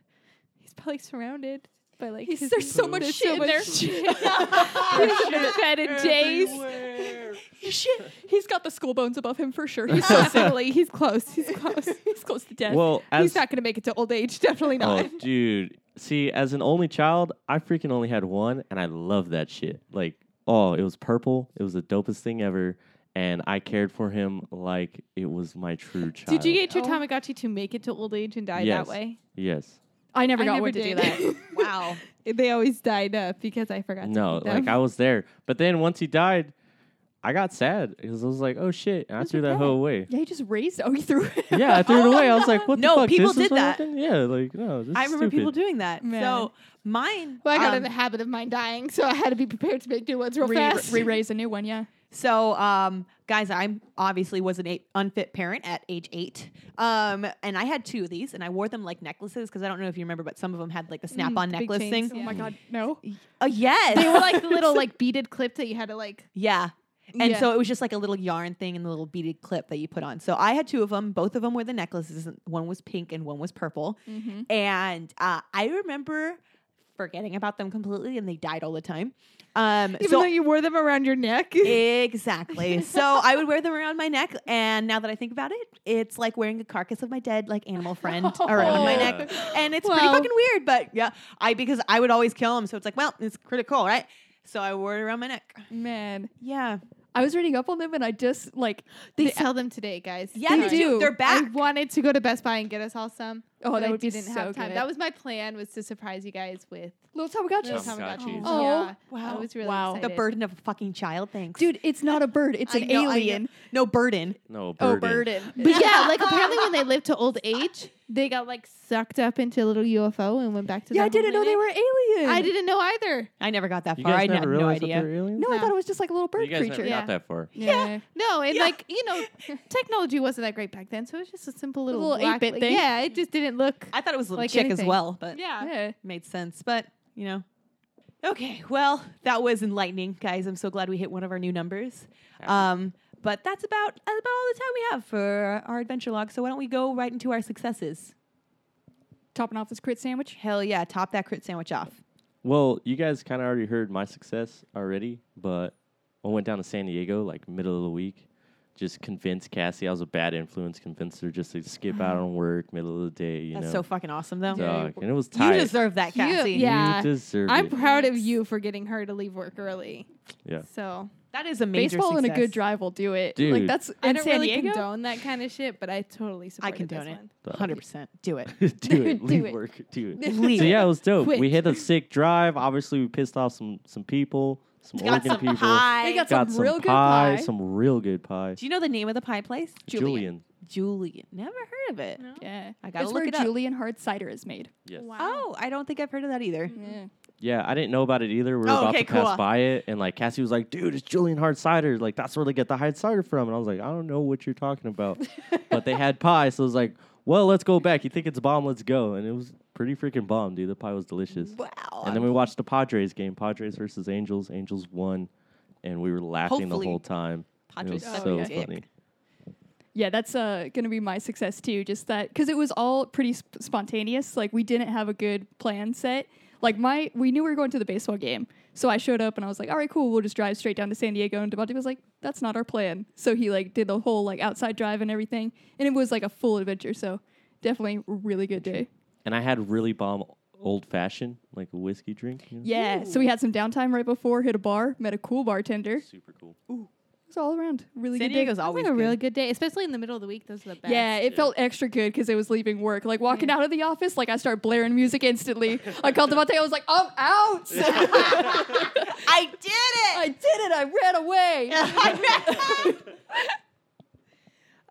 Speaker 3: "He's probably surrounded by like
Speaker 4: He's-
Speaker 3: his-
Speaker 4: there's so much
Speaker 3: there's
Speaker 4: shit in there. *laughs*
Speaker 3: shit. *laughs* he hasn't been fed in days.
Speaker 2: Everywhere.
Speaker 4: Shit. He's got the skull bones above him for sure. *laughs*
Speaker 3: He's
Speaker 4: He's,
Speaker 3: so silly. He's close. He's close.
Speaker 4: he's close to death.
Speaker 2: Well, as
Speaker 3: He's not going to make it to old age. Definitely not.
Speaker 2: Oh, *laughs* dude. See, as an only child, I freaking only had one, and I love that shit. Like, oh, it was purple. It was the dopest thing ever, and I cared for him like it was my true child.
Speaker 3: Did you get your
Speaker 4: Oh.
Speaker 3: Tamagotchi to make it to old age and die
Speaker 2: Yes.
Speaker 3: that way?
Speaker 2: Yes.
Speaker 4: I never
Speaker 3: I
Speaker 4: got
Speaker 3: never
Speaker 4: one to do
Speaker 3: did.
Speaker 4: that.
Speaker 3: *laughs*
Speaker 1: Wow.
Speaker 3: They always died up because I forgot.
Speaker 2: No,
Speaker 3: to feed
Speaker 2: like
Speaker 3: them.
Speaker 2: I was there, but then once he died, I got sad because I was like, oh shit, and I
Speaker 3: What's
Speaker 2: threw
Speaker 3: with
Speaker 2: that
Speaker 3: that?
Speaker 2: hoe away.
Speaker 4: Yeah, he just raised. Oh, he
Speaker 2: *laughs*
Speaker 4: threw it.
Speaker 2: Yeah, I threw it away. I was like, what
Speaker 1: No,
Speaker 2: the fuck?
Speaker 1: people
Speaker 2: this
Speaker 1: did
Speaker 2: is what
Speaker 1: that.
Speaker 2: happened? Yeah, like no, this
Speaker 1: I
Speaker 2: is
Speaker 1: remember people
Speaker 2: stupid.
Speaker 1: doing that.
Speaker 4: Man.
Speaker 1: So mine.
Speaker 5: Well, I got
Speaker 1: um,
Speaker 5: in the habit of mine dying, so I had to be prepared to make new ones real
Speaker 4: Re-
Speaker 5: fast.
Speaker 4: re-raise a new
Speaker 5: *laughs*
Speaker 4: one. Yeah.
Speaker 1: So, um, guys, I'm obviously was an eight, unfit parent at age eight, um, and I had two of these, and I wore them like necklaces because I don't know if you remember, but some of them had like the snap-on
Speaker 3: the big
Speaker 1: necklace
Speaker 3: chains,
Speaker 1: thing.
Speaker 4: Oh my god, no.
Speaker 1: Oh yes,
Speaker 3: *laughs*
Speaker 5: they were like the
Speaker 1: *laughs*
Speaker 5: little like beaded clip that you had to like.
Speaker 1: Yeah. And
Speaker 3: Yeah.
Speaker 1: so it was just like a little yarn thing and the little beaded clip that you put on. So I had two of them. Both of them were the necklaces. and One was pink and one was purple.
Speaker 3: Mm-hmm.
Speaker 1: And uh, I remember forgetting about them completely and they died all the time. Um,
Speaker 3: Even
Speaker 1: so
Speaker 3: though you *laughs* wore them around your neck.
Speaker 1: Exactly. So I would wear them around my neck, and now that I think about it, it's like wearing a carcass of my dead like animal friend
Speaker 3: *laughs*
Speaker 1: around my neck, and it's pretty
Speaker 3: Oh. Wow.
Speaker 1: fucking weird. But yeah, I because I would always kill them, so it's like, well, it's critical, right? So I wore it around my neck.
Speaker 4: Man,
Speaker 1: Yeah,
Speaker 4: I was reading up on them and I just like
Speaker 3: They sell them today, guys.
Speaker 1: yeah,
Speaker 4: They
Speaker 1: they do.
Speaker 4: do.
Speaker 1: They're
Speaker 3: I
Speaker 1: back.
Speaker 3: wanted to go to Best Buy and get us all some.
Speaker 4: Oh,
Speaker 3: but
Speaker 4: that
Speaker 3: I
Speaker 4: would be
Speaker 3: didn't
Speaker 4: so
Speaker 3: have time.
Speaker 4: good.
Speaker 3: That was my plan was to surprise you guys with
Speaker 4: little Tamagotchi.
Speaker 3: little
Speaker 2: Tamagotchis.
Speaker 3: Tamagotchis.
Speaker 4: Oh,
Speaker 3: yeah.
Speaker 1: wow.
Speaker 3: I was really
Speaker 4: Wow.
Speaker 1: the
Speaker 3: excited.
Speaker 1: burden of a fucking child, thanks,
Speaker 4: Dude, it's not a bird. It's
Speaker 1: I
Speaker 4: an
Speaker 1: know, I know.
Speaker 4: alien.
Speaker 1: No burden.
Speaker 2: No,
Speaker 4: Oh,
Speaker 2: burden.
Speaker 4: burden.
Speaker 3: But yeah, like apparently when *laughs* they lived to old age, they got like sucked up into a little UFO and went back to.
Speaker 4: Yeah,
Speaker 3: their
Speaker 4: I didn't know
Speaker 3: homeland.
Speaker 4: they were aliens.
Speaker 3: I didn't know either.
Speaker 1: I never got that
Speaker 2: You
Speaker 1: far.
Speaker 2: guys
Speaker 1: I had
Speaker 2: never
Speaker 1: no
Speaker 2: realized that
Speaker 1: idea.
Speaker 2: they're aliens?
Speaker 4: No, I
Speaker 3: No.
Speaker 4: thought it was just like a little bird
Speaker 2: you guys
Speaker 4: creature.
Speaker 2: never
Speaker 3: Yeah.
Speaker 2: got that far.
Speaker 3: Yeah. No, and
Speaker 1: Yeah.
Speaker 3: like, you
Speaker 4: *laughs*
Speaker 3: know, technology wasn't that great back then, so it was just a simple little,
Speaker 4: little
Speaker 3: black-
Speaker 4: 8-bit
Speaker 3: like,
Speaker 4: thing.
Speaker 3: Yeah, it just didn't look
Speaker 1: I thought it was a little
Speaker 3: Like
Speaker 1: chick as
Speaker 3: anything.
Speaker 1: well, but
Speaker 3: Yeah.
Speaker 4: Yeah.
Speaker 1: made sense. But you know, okay. Well, that was enlightening, guys. I'm so glad we hit one of our new numbers. Um, but that's about about all the time we have for our adventure log. So why don't we go right into our successes?
Speaker 4: Topping off this crit sandwich.
Speaker 1: Hell yeah! Top that crit sandwich off.
Speaker 2: Well, you guys kind of already heard my success already, but I went down to San Diego like middle of the week. Just convinced Cassie I was a bad influence. Convinced her just to skip out on work middle of the day. You
Speaker 1: That's
Speaker 2: know,
Speaker 1: so fucking awesome, though.
Speaker 2: Dog. and it was
Speaker 1: You
Speaker 2: tight.
Speaker 1: deserve that,
Speaker 3: You-
Speaker 1: Cassie.
Speaker 3: yeah.
Speaker 2: You deserve
Speaker 3: I'm
Speaker 2: it.
Speaker 3: proud of you for getting her to leave work early.
Speaker 2: Yeah.
Speaker 3: So
Speaker 1: That is a major
Speaker 4: Baseball
Speaker 1: success.
Speaker 4: and a good drive will do it. Like
Speaker 2: Dude.
Speaker 4: that's in
Speaker 3: I don't
Speaker 4: San
Speaker 3: really
Speaker 4: Diego.
Speaker 3: condone that kind of shit, but I totally support
Speaker 1: condone
Speaker 3: this
Speaker 1: it.
Speaker 3: One.
Speaker 2: Dog.
Speaker 1: Hundred percent. *laughs* Do
Speaker 2: *laughs*
Speaker 1: it.
Speaker 2: *laughs* do it.
Speaker 4: Do
Speaker 2: Leave
Speaker 4: it.
Speaker 2: work. Do it.
Speaker 1: Leave.
Speaker 2: So yeah, it was dope. We
Speaker 3: Quit.
Speaker 2: hit a sick drive. Obviously, we pissed off some some people, some
Speaker 1: Got
Speaker 2: Oregon
Speaker 1: some
Speaker 2: people.
Speaker 1: pie.
Speaker 4: They got
Speaker 2: Got
Speaker 4: some real good
Speaker 2: pie,
Speaker 4: pie.
Speaker 2: Some real good pie.
Speaker 1: Do you know the name of the pie place?
Speaker 2: Julian.
Speaker 1: Julian. Never heard of it.
Speaker 4: Yeah.
Speaker 1: I gotta
Speaker 4: it's
Speaker 1: look
Speaker 4: where
Speaker 1: it up.
Speaker 4: Julian hard cider is made.
Speaker 2: Yes.
Speaker 1: Oh, I don't think I've heard of that either.
Speaker 4: Yeah.
Speaker 2: Yeah, I didn't know about it either. We were
Speaker 1: Oh,
Speaker 2: about
Speaker 1: okay,
Speaker 2: to pass
Speaker 1: cool.
Speaker 2: by it, and like Cassie was like, "Dude, it's Julian Hard Cider. Like that's where they get the hard cider from." And I was like, "I don't know what you're talking about," but they had pie, so I was like, "Well, let's go back. You think it's bomb? Let's go." And it was pretty freaking bomb, dude. The pie was delicious.
Speaker 1: Wow.
Speaker 2: And then we watched the Padres game, Padres versus Angels. Angels won, and we were laughing
Speaker 1: Hopefully.
Speaker 2: the whole time. And
Speaker 1: Padres
Speaker 2: it was
Speaker 1: suck
Speaker 2: so
Speaker 1: dick.
Speaker 2: funny.
Speaker 4: Yeah, that's uh, going to be my success too. Just that, because it was all pretty sp- spontaneous. Like, we didn't have a good plan set. Like, my, we knew we were going to the baseball game. So I showed up and I was like, all right, cool. We'll just drive straight down to San Diego. And Devontae was like, that's not our plan. So he, like, did the whole, like, outside drive and everything. And it was, like, a full adventure. So definitely a really good day.
Speaker 2: And I had really bomb old fashioned, like a whiskey drink. you know?
Speaker 4: Yeah. So we had some downtime right before, hit a bar, met a cool bartender. It
Speaker 2: Super cool.
Speaker 4: was all around. Really
Speaker 1: San
Speaker 4: good day.
Speaker 1: Diego's always
Speaker 3: Always a
Speaker 1: good.
Speaker 3: really good day, especially in the middle of the week. Those are the best.
Speaker 4: Yeah, it felt extra good because it was leaving work. Like walking out of the office, like I start blaring music instantly. I called Devontae. I was like, I'm out.
Speaker 1: I did it.
Speaker 4: *laughs* I did it. I ran away.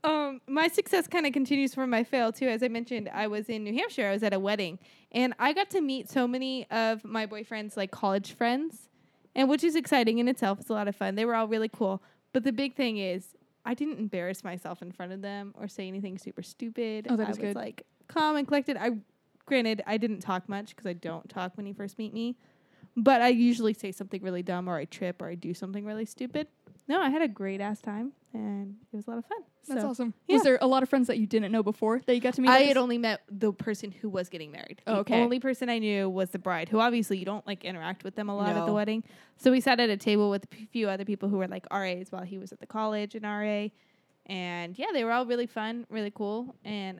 Speaker 3: Um, my success kind of continues from my fail too. As I mentioned, I was in New Hampshire. I was at a wedding, and I got to meet so many of my boyfriend's like college friends, and which is exciting in itself. It's a lot of fun. They were all really cool. But the big thing is, I didn't embarrass myself in front of them or say anything super stupid.
Speaker 4: Oh, that
Speaker 3: I
Speaker 4: is
Speaker 3: was
Speaker 4: good.
Speaker 3: like calm and collected. I, granted, I didn't talk much because I don't talk when you first meet me, but I usually say something really dumb or I trip or I do something really stupid. No, I had a great ass time, and it was a lot of fun.
Speaker 4: That's
Speaker 3: So-
Speaker 4: awesome.
Speaker 3: yeah.
Speaker 4: Was there a lot of friends that you didn't know before that you got to meet?
Speaker 3: I
Speaker 4: at
Speaker 3: had
Speaker 4: this-
Speaker 3: only met the person who was getting married.
Speaker 4: Oh, okay.
Speaker 3: The only person I knew was the bride, who obviously you don't like interact with them a lot at
Speaker 1: No.
Speaker 3: the wedding. So we sat at a table with a p- few other people who were like RAs while he was at the college and RA. And yeah, they were all really fun, really cool, and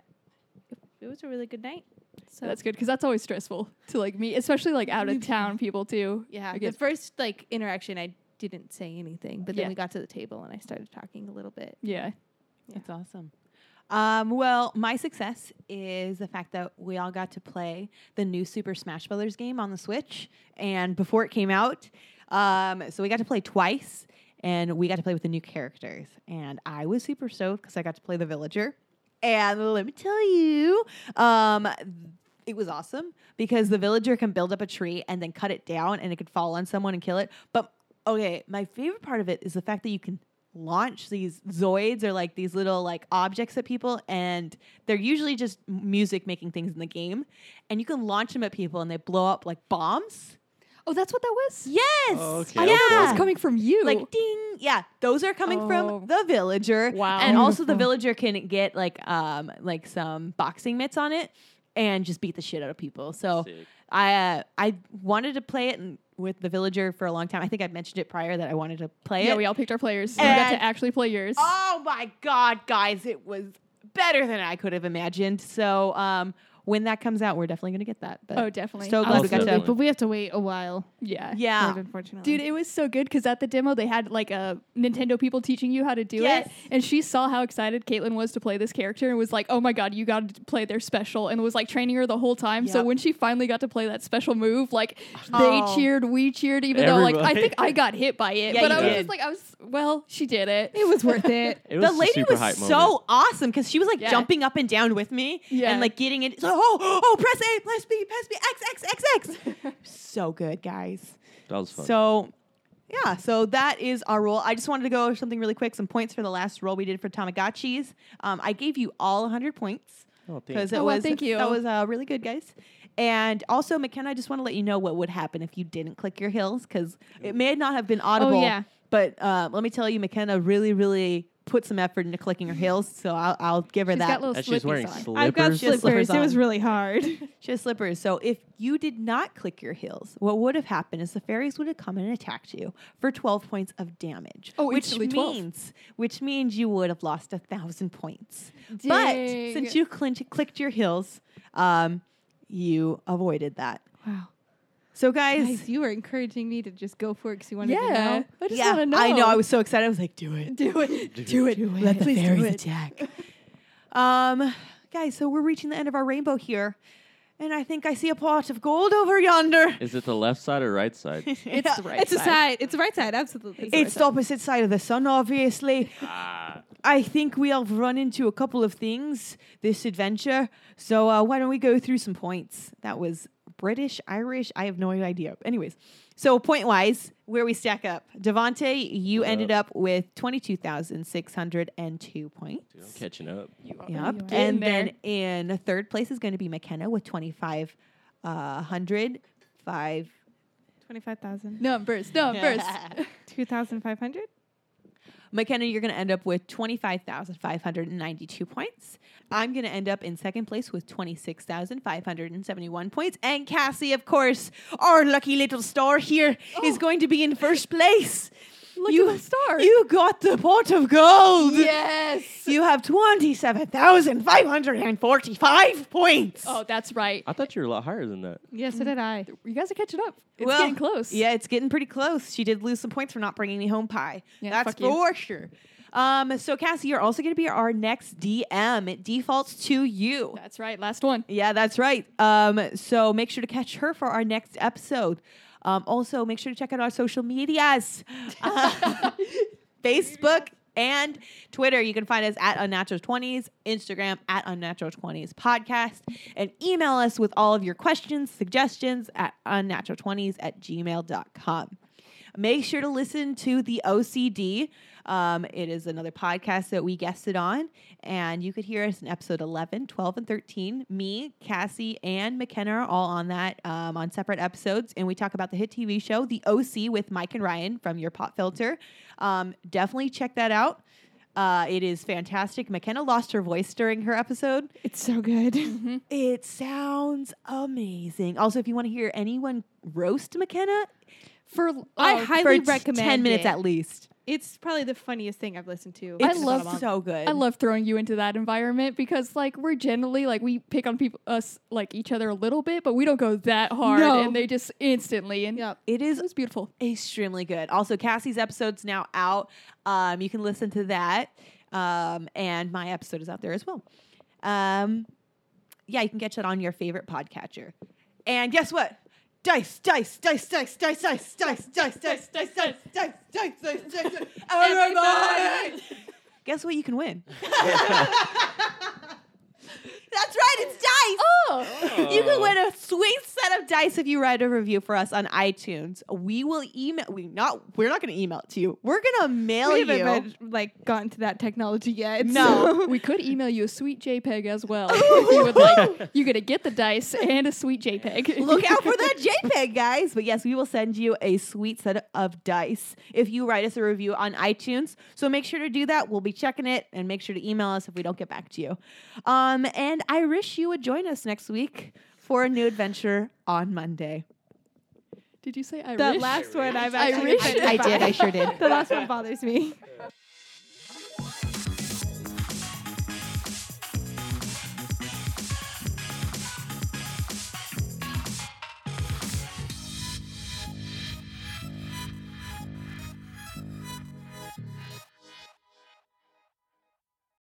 Speaker 3: it was a really good night. So
Speaker 4: That's good because that's always stressful to like meet, especially like out
Speaker 3: New
Speaker 4: of town people too.
Speaker 3: Yeah,
Speaker 4: I
Speaker 3: the
Speaker 4: guess-
Speaker 3: first like interaction, I didn't say anything, but
Speaker 4: Yeah.
Speaker 3: then we got to the table and I started talking a little bit.
Speaker 4: Yeah.
Speaker 1: That's awesome. Um, well, my success is the fact that we all got to play the new Super Smash Brothers game on the Switch, and before it came out, um, so we got to play twice, and we got to play with the new characters, and I was super stoked because I got to play the villager, and let me tell you, um, it was awesome because the villager can build up a tree and then cut it down, and it could fall on someone and kill it, but Okay, my favorite part of it is the fact that you can launch these zoids or like these little like objects at people and they're usually just m- music making things in the game and you can launch them at people and they blow up like bombs.
Speaker 4: Oh, that's what that was.
Speaker 1: Yes.
Speaker 2: Oh, okay.
Speaker 1: Yeah.
Speaker 2: I thought that
Speaker 4: That was coming from you.
Speaker 1: like ding. Yeah, those are coming
Speaker 4: Oh.
Speaker 1: from the villager.
Speaker 4: Wow.
Speaker 1: And also the villager can get like um like some boxing mitts Oh. on it and just beat the shit out of people. So
Speaker 2: Sick.
Speaker 1: I uh, I wanted to play it and with the villager for a long time. I think I mentioned it prior that I wanted to play
Speaker 4: yeah,
Speaker 1: it.
Speaker 4: we all picked our players. So we got
Speaker 1: And-
Speaker 4: to actually play yours.
Speaker 1: Oh my god, guys, it was better than I could have imagined. So um when that comes out, we're definitely gonna get that. But
Speaker 4: oh, definitely.
Speaker 1: so glad we got
Speaker 2: Absolutely.
Speaker 1: to
Speaker 2: Definitely.
Speaker 5: But we have to wait a while.
Speaker 4: yeah.
Speaker 1: Yeah.
Speaker 3: Ah.
Speaker 5: for it, Unfortunately.
Speaker 4: Dude, it was so good because at the demo they had like a Nintendo people teaching you how to do
Speaker 1: Yes.
Speaker 4: it, and she saw how excited Caitlin was to play this character and was like, "Oh my god, you got to play their special!" and was like training her the whole time. So
Speaker 1: Yep.
Speaker 4: when she finally got to play that special move, like they
Speaker 1: Oh.
Speaker 4: cheered, we cheered, even though like I
Speaker 2: Everybody.
Speaker 4: think I got hit by it,
Speaker 1: Yeah,
Speaker 4: but
Speaker 1: you
Speaker 4: I was
Speaker 1: did.
Speaker 4: just like, I was well, she did it.
Speaker 5: it was worth *laughs* it.
Speaker 2: It was
Speaker 1: the
Speaker 2: a
Speaker 1: lady
Speaker 2: super
Speaker 1: was
Speaker 2: hype
Speaker 1: so
Speaker 2: moment.
Speaker 1: awesome because she was like
Speaker 4: Yeah.
Speaker 1: jumping up and down with me
Speaker 4: Yeah.
Speaker 1: and like getting it. So, oh, oh, press A, press B, press B, X, X,
Speaker 4: *laughs*
Speaker 1: X, X. so good, guys.
Speaker 2: That was fun.
Speaker 1: So, yeah, so that is our rule. I just wanted to go over something really quick. Some points for the last roll we did for Tamagotchis. Um, I gave you all 100 points
Speaker 2: Oh, thank
Speaker 1: because
Speaker 2: you.
Speaker 1: it
Speaker 4: Oh, wow,
Speaker 1: was
Speaker 4: thank you.
Speaker 1: that was uh, really good, guys. And also, McKenna, I just want to let you know what would happen if you didn't click your heels because it may not have
Speaker 4: Oh,
Speaker 1: been audible.
Speaker 5: yeah.
Speaker 1: But uh, let me tell you, McKenna really, really put some effort into clicking her heels. So I'll, I'll give her
Speaker 4: She's
Speaker 1: that.
Speaker 4: got little
Speaker 2: and she's
Speaker 4: slippies
Speaker 2: wearing
Speaker 4: on.
Speaker 2: slippers.
Speaker 5: I've got
Speaker 1: Slippers.
Speaker 5: slippers. It was
Speaker 1: on.
Speaker 5: really
Speaker 1: *laughs*
Speaker 5: hard.
Speaker 1: She has slippers. So if you did not click your heels, what would have happened is the fairies would have come and attacked you for 12 points of damage.
Speaker 4: Oh,
Speaker 1: which
Speaker 4: instantly 12.
Speaker 1: means which means you would have lost a thousand points. But since
Speaker 4: Dang.
Speaker 1: you clinch, clicked your heels, um, you avoided that.
Speaker 5: Wow.
Speaker 1: So guys,
Speaker 5: Guys, you were encouraging me to just go for it because you wanted to
Speaker 4: *laughs* yeah,
Speaker 5: know.
Speaker 4: I just
Speaker 1: yeah,
Speaker 4: want to know.
Speaker 1: I know. I was *laughs* so excited. I was like, do it.
Speaker 4: do it.
Speaker 1: Do it. Let the fairies attack. um, guys, so we're reaching the end of our rainbow here. And I think I see a pot of gold over yonder.
Speaker 2: Is it the left side or right side?
Speaker 1: *laughs*
Speaker 2: *laughs*
Speaker 1: It's the right
Speaker 5: It's the side. It's the right side. Absolutely. the
Speaker 1: It's
Speaker 5: right
Speaker 1: the opposite side of the sun, obviously. *laughs*
Speaker 2: ah,
Speaker 1: I think we have run into a couple of things this adventure. So uh, why don't we go through some points? That was British, Irish. I have no idea. Anyways, so point wise, where we stack up, Devante, you
Speaker 2: Yep.
Speaker 1: ended up with twenty two thousand six hundred and two points.
Speaker 2: dude, I'm catching up.
Speaker 1: Yep.
Speaker 4: Getting
Speaker 1: And
Speaker 4: there.
Speaker 1: then in third place is going to be McKenna with twenty five hundred five. *laughs*
Speaker 5: side. 25,000.
Speaker 4: numbers, numbers.
Speaker 5: 2,500?
Speaker 1: McKenna, you're going to end up with 25,592 points. I'm going to end up in second place with 26,571 points. And Cassie, of course, our lucky little star here, is
Speaker 4: Oh.
Speaker 1: going to be in first place.
Speaker 4: Look
Speaker 1: You-
Speaker 4: at the star.
Speaker 1: You got the pot of gold.
Speaker 4: yes.
Speaker 1: You have 27,545 points.
Speaker 4: Oh, that's right.
Speaker 2: I thought you were a lot higher than that.
Speaker 5: Yes, so did I.
Speaker 4: You guys are catching up. It's
Speaker 1: Well,
Speaker 4: getting close.
Speaker 1: Yeah, it's getting pretty close. She did lose some points for not bringing me home pie.
Speaker 4: Yeah,
Speaker 1: That's
Speaker 4: fuck you.
Speaker 1: for sure. Um, so Cassie, you're also going to be our next DM. It defaults to you.
Speaker 4: That's right. Last one.
Speaker 1: Yeah, that's right. Um, so make sure to catch her for our next episode. Um, also, make sure to check out our social medias Uh, *laughs* Facebook and Twitter. You can find us at Unnatural20s, Instagram at Unnatural20s Podcast, and email us with all of your questions, suggestions at Unnatural20s at gmail.com. Make sure to listen to the OCD. Um, it is another podcast that we guested on, and you could hear us in episode 11, 12, and 13. Me, Cassie, and McKenna are all on that um, on separate episodes, and we talk about the hit TV show, The OC, with Mike and Ryan from Your Pop Filter. Um, definitely check that out. Uh, it is fantastic. McKenna lost her voice during her episode.
Speaker 5: It's so good.
Speaker 1: *laughs* It sounds amazing. Also, if you want to hear anyone roast McKenna, uh,
Speaker 4: For
Speaker 5: I
Speaker 4: oh,
Speaker 5: highly
Speaker 1: for t-
Speaker 5: recommend
Speaker 1: 10 minutes
Speaker 5: it.
Speaker 1: at least.
Speaker 5: It's probably the funniest thing I've listened to.
Speaker 4: I
Speaker 1: It's
Speaker 4: love-
Speaker 1: so good.
Speaker 4: I love throwing you into that environment because like we're generally like we pick on people us like each other a little bit, but we don't go that hard
Speaker 5: No.
Speaker 4: and they just instantly and
Speaker 5: Yep.
Speaker 1: It
Speaker 4: it
Speaker 1: is
Speaker 4: was beautiful.
Speaker 1: extremely good. Also, Cassie's episode's now out. Um, you can listen to that. Um, and my episode is out there as well. Um, yeah, you can catch it on your favorite podcatcher. And guess what? Dice, dice, dice, dice, dice, dice, dice, dice, dice, dice, dice, dice, dice, dice, dice, dice. Everybody! Guess what? You can win. That's right, it's dice. You
Speaker 4: Oh.
Speaker 1: can win a sweet set of dice if you write a review for us on iTunes. We will email. We not. We're not going to email it to you. We're going to mail
Speaker 5: we
Speaker 1: you.
Speaker 5: haven't read- like gotten to that technology yet.
Speaker 1: No.
Speaker 5: so-
Speaker 4: we could email you a sweet JPEG as well. if you would like you're gonna get the dice and a sweet JPEG.
Speaker 1: Look
Speaker 4: *laughs*
Speaker 1: out for that JPEG, guys. But yes, we will send you a sweet set of dice if you write us a review on iTunes. So make sure to do that. We'll be checking it and make sure to email us if we don't get back to you. Um, and I wish you would join us next week for a new adventure on Monday.
Speaker 6: Did you say Irish?
Speaker 3: That last one I've actually
Speaker 6: Irish?
Speaker 3: offended
Speaker 4: I
Speaker 3: by.
Speaker 4: did. I sure did.
Speaker 1: *laughs*
Speaker 5: *laughs*
Speaker 3: The last one bothers me.